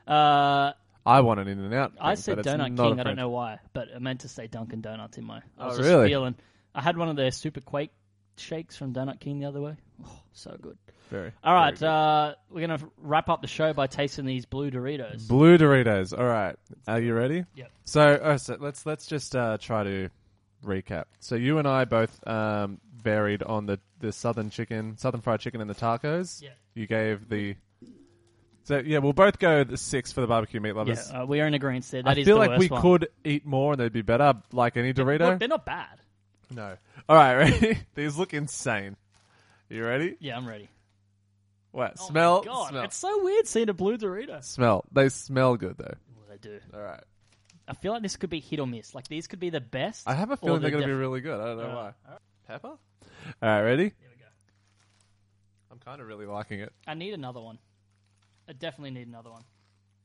[SPEAKER 2] no.
[SPEAKER 3] uh,
[SPEAKER 2] I want an in and out.
[SPEAKER 3] I said Donut
[SPEAKER 2] not a
[SPEAKER 3] King. I don't
[SPEAKER 2] franchise.
[SPEAKER 3] know why, but I meant to say Dunkin' Donuts in my. I
[SPEAKER 2] Oh,
[SPEAKER 3] was just
[SPEAKER 2] really?
[SPEAKER 3] feeling. I had one of their Super Quake shakes from Donut King the other way. Oh, so good.
[SPEAKER 2] Very.
[SPEAKER 3] All right,
[SPEAKER 2] very
[SPEAKER 3] uh, we're gonna wrap up the show by tasting these blue Doritos.
[SPEAKER 2] good. Blue Doritos. All right. Are you ready?
[SPEAKER 3] Yep.
[SPEAKER 2] So, alright, so let's let's just uh, try to recap. So you and I both um, varied on the, the southern chicken, southern fried chicken, and the tacos.
[SPEAKER 3] Yeah.
[SPEAKER 2] You gave the. So yeah, we'll both go the six for the barbecue meat
[SPEAKER 3] yeah,
[SPEAKER 2] lovers.
[SPEAKER 3] uh, we are in agreement there. That
[SPEAKER 2] I
[SPEAKER 3] is
[SPEAKER 2] feel
[SPEAKER 3] the
[SPEAKER 2] like we
[SPEAKER 3] worst one.
[SPEAKER 2] could eat more and they'd be better, like any
[SPEAKER 3] Look,
[SPEAKER 2] Dorito.
[SPEAKER 3] they're not bad.
[SPEAKER 2] No. All right, ready? These look insane. You ready?
[SPEAKER 3] Yeah, I'm ready.
[SPEAKER 2] Wait,
[SPEAKER 3] Oh my
[SPEAKER 2] smell,
[SPEAKER 3] God,
[SPEAKER 2] smell,
[SPEAKER 3] it's so weird seeing a blue Dorito.
[SPEAKER 2] smell. They smell good though.
[SPEAKER 3] Well, they do.
[SPEAKER 2] All right.
[SPEAKER 3] I feel like this could be hit or miss. Like these could be the best.
[SPEAKER 2] I have a
[SPEAKER 3] or
[SPEAKER 2] feeling
[SPEAKER 3] the
[SPEAKER 2] they're going to be
[SPEAKER 3] def-
[SPEAKER 2] really good. I don't know
[SPEAKER 3] All
[SPEAKER 2] why.
[SPEAKER 3] right.
[SPEAKER 2] Pepper. All right, ready?
[SPEAKER 3] Here we go.
[SPEAKER 2] I'm kind of really liking it.
[SPEAKER 3] I need another one. I definitely need another one.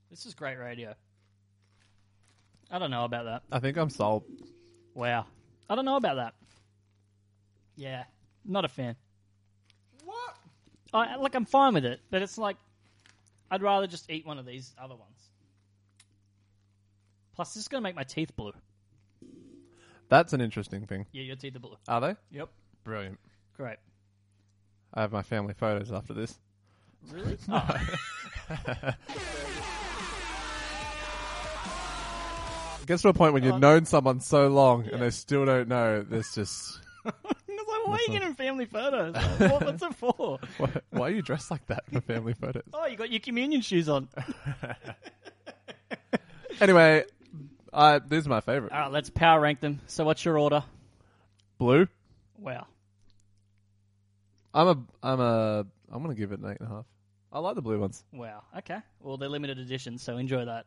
[SPEAKER 3] This is great radio. I don't know about that.
[SPEAKER 2] I think I'm sold.
[SPEAKER 3] Wow. I don't know about that. Yeah. Not a fan. What? I like I'm fine with it, but it's like I'd rather just eat one of these other ones. Plus this is gonna make my teeth blue.
[SPEAKER 2] That's an interesting thing.
[SPEAKER 3] Yeah, your teeth are blue.
[SPEAKER 2] Are they?
[SPEAKER 3] Yep.
[SPEAKER 2] Brilliant.
[SPEAKER 3] Great.
[SPEAKER 2] I have my family photos after this.
[SPEAKER 3] Really? Oh,
[SPEAKER 2] It gets to a point when
[SPEAKER 3] Oh.
[SPEAKER 2] you've known someone so long and they still don't know. There's just
[SPEAKER 3] it's like, why are you
[SPEAKER 2] not-
[SPEAKER 3] getting family photos? Like, what, what's it for?
[SPEAKER 2] why, why are you dressed like that for family photos?
[SPEAKER 3] Oh, you got your communion shoes on.
[SPEAKER 2] Anyway, I these are my favorite.
[SPEAKER 3] All right, let's power rank them. So, what's your order?
[SPEAKER 2] Blue.
[SPEAKER 3] Wow.
[SPEAKER 2] I'm a I'm a I'm gonna give it an eight and a half. I like the blue ones.
[SPEAKER 3] Wow. Okay. Well, they're limited edition, so enjoy that.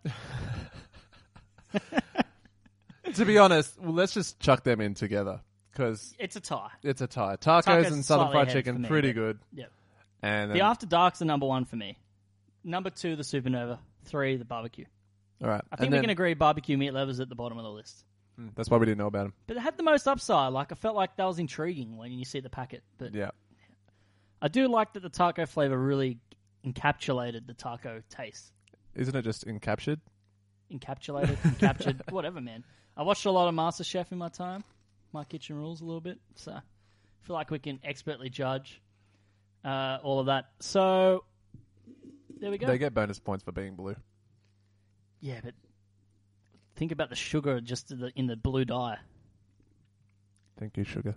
[SPEAKER 2] to be honest, well, let's just chuck them in together because
[SPEAKER 3] It's a tie.
[SPEAKER 2] it's a tie. Tacos,
[SPEAKER 3] Tacos
[SPEAKER 2] and
[SPEAKER 3] slightly
[SPEAKER 2] southern fried
[SPEAKER 3] ahead for
[SPEAKER 2] chicken,
[SPEAKER 3] me,
[SPEAKER 2] pretty
[SPEAKER 3] but-
[SPEAKER 2] good.
[SPEAKER 3] Yep.
[SPEAKER 2] And
[SPEAKER 3] The
[SPEAKER 2] then,
[SPEAKER 3] After Dark's the number one for me. Number two, the Supernova. Three, the barbecue.
[SPEAKER 2] all right,
[SPEAKER 3] I think
[SPEAKER 2] and
[SPEAKER 3] we
[SPEAKER 2] then-
[SPEAKER 3] can agree barbecue meat lovers at the bottom of the list.
[SPEAKER 2] that's why we didn't know about them.
[SPEAKER 3] But it had the most upside. Like, I felt like that was intriguing when you see the packet. But
[SPEAKER 2] Yeah,
[SPEAKER 3] I do like that the taco flavor really encapsulated the taco taste.
[SPEAKER 2] isn't it just encaptured?
[SPEAKER 3] Encapsulated, encaptured, whatever, man. I watched a lot of MasterChef in my time. My kitchen rules a little bit. So I feel like we can expertly judge uh, all of that. So there we go.
[SPEAKER 2] They get bonus points for being blue.
[SPEAKER 3] Yeah, but think about the sugar just in the, in the blue dye.
[SPEAKER 2] Thank you, sugar.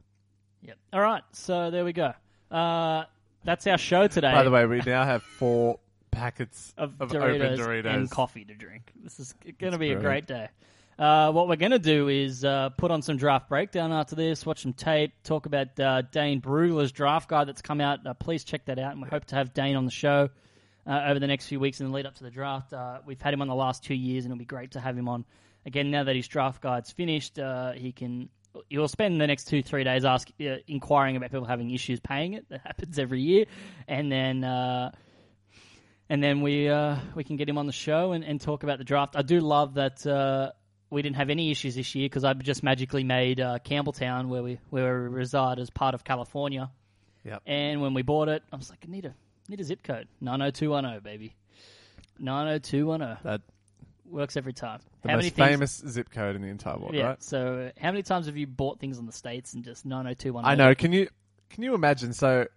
[SPEAKER 3] Yep. All right. So there we go. Uh, that's our show today.
[SPEAKER 2] By the way, we now have four packets
[SPEAKER 3] of,
[SPEAKER 2] open
[SPEAKER 3] Doritos,
[SPEAKER 2] Doritos
[SPEAKER 3] and coffee to drink. This is going to be a great
[SPEAKER 2] brilliant.
[SPEAKER 3] day. Uh, what we're going to do is uh, put on some draft breakdown after this, watch some tape, talk about uh, Dane Brugler's draft guide that's come out. Uh, please check that out, and we hope to have Dane on the show uh, over the next few weeks in the lead up to the draft. Uh, we've had him on the last two years, and it'll be great to have him on again now that his draft guide's finished. Uh, he can he'll spend the next two three days ask uh, inquiring about people having issues paying it. That happens every year, and then. Uh, and then we uh, we can get him on the show and, and talk about the draft. I do love that uh, we didn't have any issues this year because I just magically made uh, Campbelltown, where we where we reside, as part of California.
[SPEAKER 2] Yep.
[SPEAKER 3] And when we bought it, I was like, I need a need a zip code nine zero two one zero, baby. Nine zero two one zero
[SPEAKER 2] That
[SPEAKER 3] works every time.
[SPEAKER 2] the
[SPEAKER 3] How many
[SPEAKER 2] most
[SPEAKER 3] things-
[SPEAKER 2] famous zip code in the entire world,
[SPEAKER 3] Yeah.
[SPEAKER 2] right?
[SPEAKER 3] So how many times have you bought things in the states and just nine zero two oh one zero?
[SPEAKER 2] I know. Can you can you imagine? So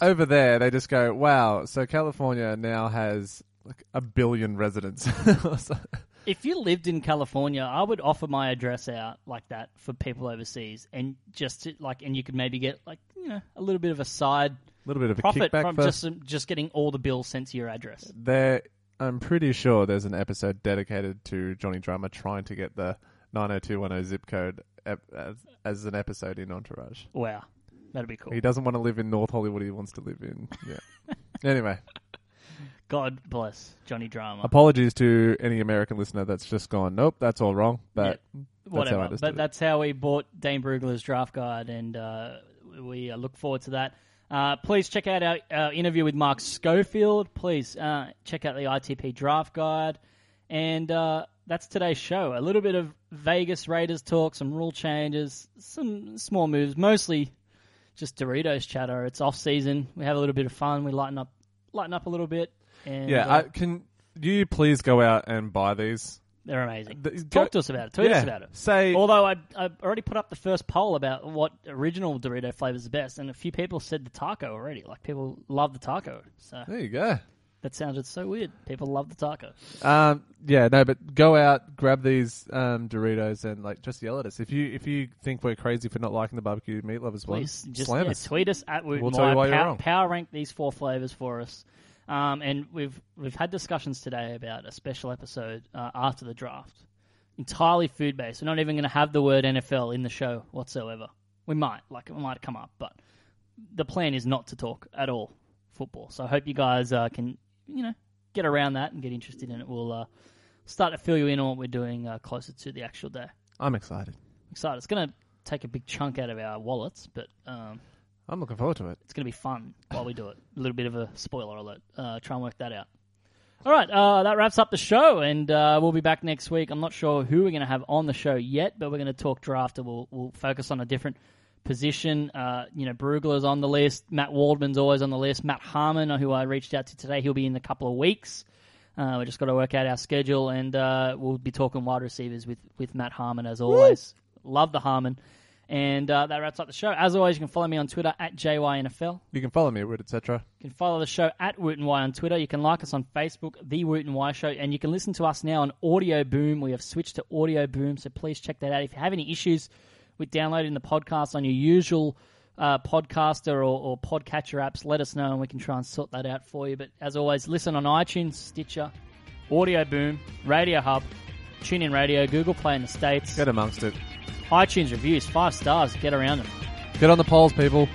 [SPEAKER 2] over there they just go, wow. So California now has like a billion residents. So-
[SPEAKER 3] If you lived in California, I would offer my address out like that for people overseas, and just to, like, and you could maybe get like you know a little bit of a side
[SPEAKER 2] little bit of a
[SPEAKER 3] profit
[SPEAKER 2] kickback
[SPEAKER 3] from
[SPEAKER 2] for-
[SPEAKER 3] just just getting all the bills sent to your address.
[SPEAKER 2] There, I'm pretty sure there's an episode dedicated to Johnny Drama trying to get the 90210 zip code ep- as, as an episode in Entourage.
[SPEAKER 3] Wow, that'd be cool.
[SPEAKER 2] He doesn't want to live in North Hollywood. He wants to live in yeah. anyway,
[SPEAKER 3] God bless Johnny Drama.
[SPEAKER 2] apologies to any American listener that's just gone. Nope, that's all wrong. But that's how I
[SPEAKER 3] Whatever,
[SPEAKER 2] understood
[SPEAKER 3] but
[SPEAKER 2] it.
[SPEAKER 3] that's how we bought Dane Brugler's draft guide, and uh, we uh, look forward to that. Uh, please check out our, our interview with Mark Schofield. Please uh, check out the ITP draft guide. And uh, that's today's show. A little bit of Vegas Raiders talk, some rule changes, some small moves, mostly just Doritos chatter. It's off season. We have a little bit of fun. We lighten up, lighten up a little bit. And,
[SPEAKER 2] yeah,
[SPEAKER 3] uh,
[SPEAKER 2] I, can you please go out and buy these?
[SPEAKER 3] They're amazing.
[SPEAKER 2] Th- go-
[SPEAKER 3] Talk to us about it. Tweet
[SPEAKER 2] Yeah,
[SPEAKER 3] us about it.
[SPEAKER 2] say-
[SPEAKER 3] although I I already put up the first poll about what original Dorito flavor is the best, and a few people said the taco already. Like people love the taco, so
[SPEAKER 2] There you go.
[SPEAKER 3] that sounded so weird. People love the taco.
[SPEAKER 2] Um, yeah, no, but go out, grab these um, Doritos, and like just yell at us if you if you think we're crazy for not liking the barbecue meat lovers one.
[SPEAKER 3] Please just
[SPEAKER 2] slam
[SPEAKER 3] yeah,
[SPEAKER 2] us.
[SPEAKER 3] tweet us at Woot
[SPEAKER 2] We'll
[SPEAKER 3] and
[SPEAKER 2] tell you
[SPEAKER 3] Why.
[SPEAKER 2] why you're
[SPEAKER 3] power,
[SPEAKER 2] wrong.
[SPEAKER 3] power rank these four flavors for us. Um, and we've we've had discussions today about a special episode uh, after the draft, entirely food based. We're not even going to have the word NFL in the show whatsoever. We might like it might come up, but the plan is not to talk at all football. So I hope you guys uh, can you know get around that and get interested in it. We'll uh, start to fill you in on what we're doing uh, closer to the actual day.
[SPEAKER 2] I'm excited.
[SPEAKER 3] excited. It's going to take a big chunk out of our wallets, but. Um,
[SPEAKER 2] I'm looking forward to it.
[SPEAKER 3] it's going to be fun while we do it. A little bit of a spoiler alert. Uh, try and work that out. All right, uh, that wraps up the show, and uh, we'll be back next week. I'm not sure who we're going to have on the show yet, but we're going to talk draft, and we'll, we'll focus on a different position. Uh, you know, Brugler's on the list. Matt Waldman's always on the list. Matt Harmon, who I reached out to today, he'll be in a couple of weeks. Uh, we just got to work out our schedule, and uh, we'll be talking wide receivers with, with Matt Harmon as always. Love the Harmon. And uh, that wraps up the show. As always, you can follow me on Twitter at JYNFL.
[SPEAKER 2] You can follow me at Wood, etc.
[SPEAKER 3] You can follow the show at Woot and Why on Twitter. You can like us on Facebook, The Woot and Why Show, and you can listen to us now on Audio Boom. We have switched to Audio Boom, so please check that out. If you have any issues with downloading the podcast on your usual uh, podcaster or, or podcatcher apps, let us know and we can try and sort that out for you. But as always, listen on iTunes, Stitcher, Audio Boom, Radio Hub, TuneIn Radio, Google Play in the States,
[SPEAKER 2] Get amongst it.
[SPEAKER 3] iTunes reviews, five stars, get around them.
[SPEAKER 2] Get on the polls, people.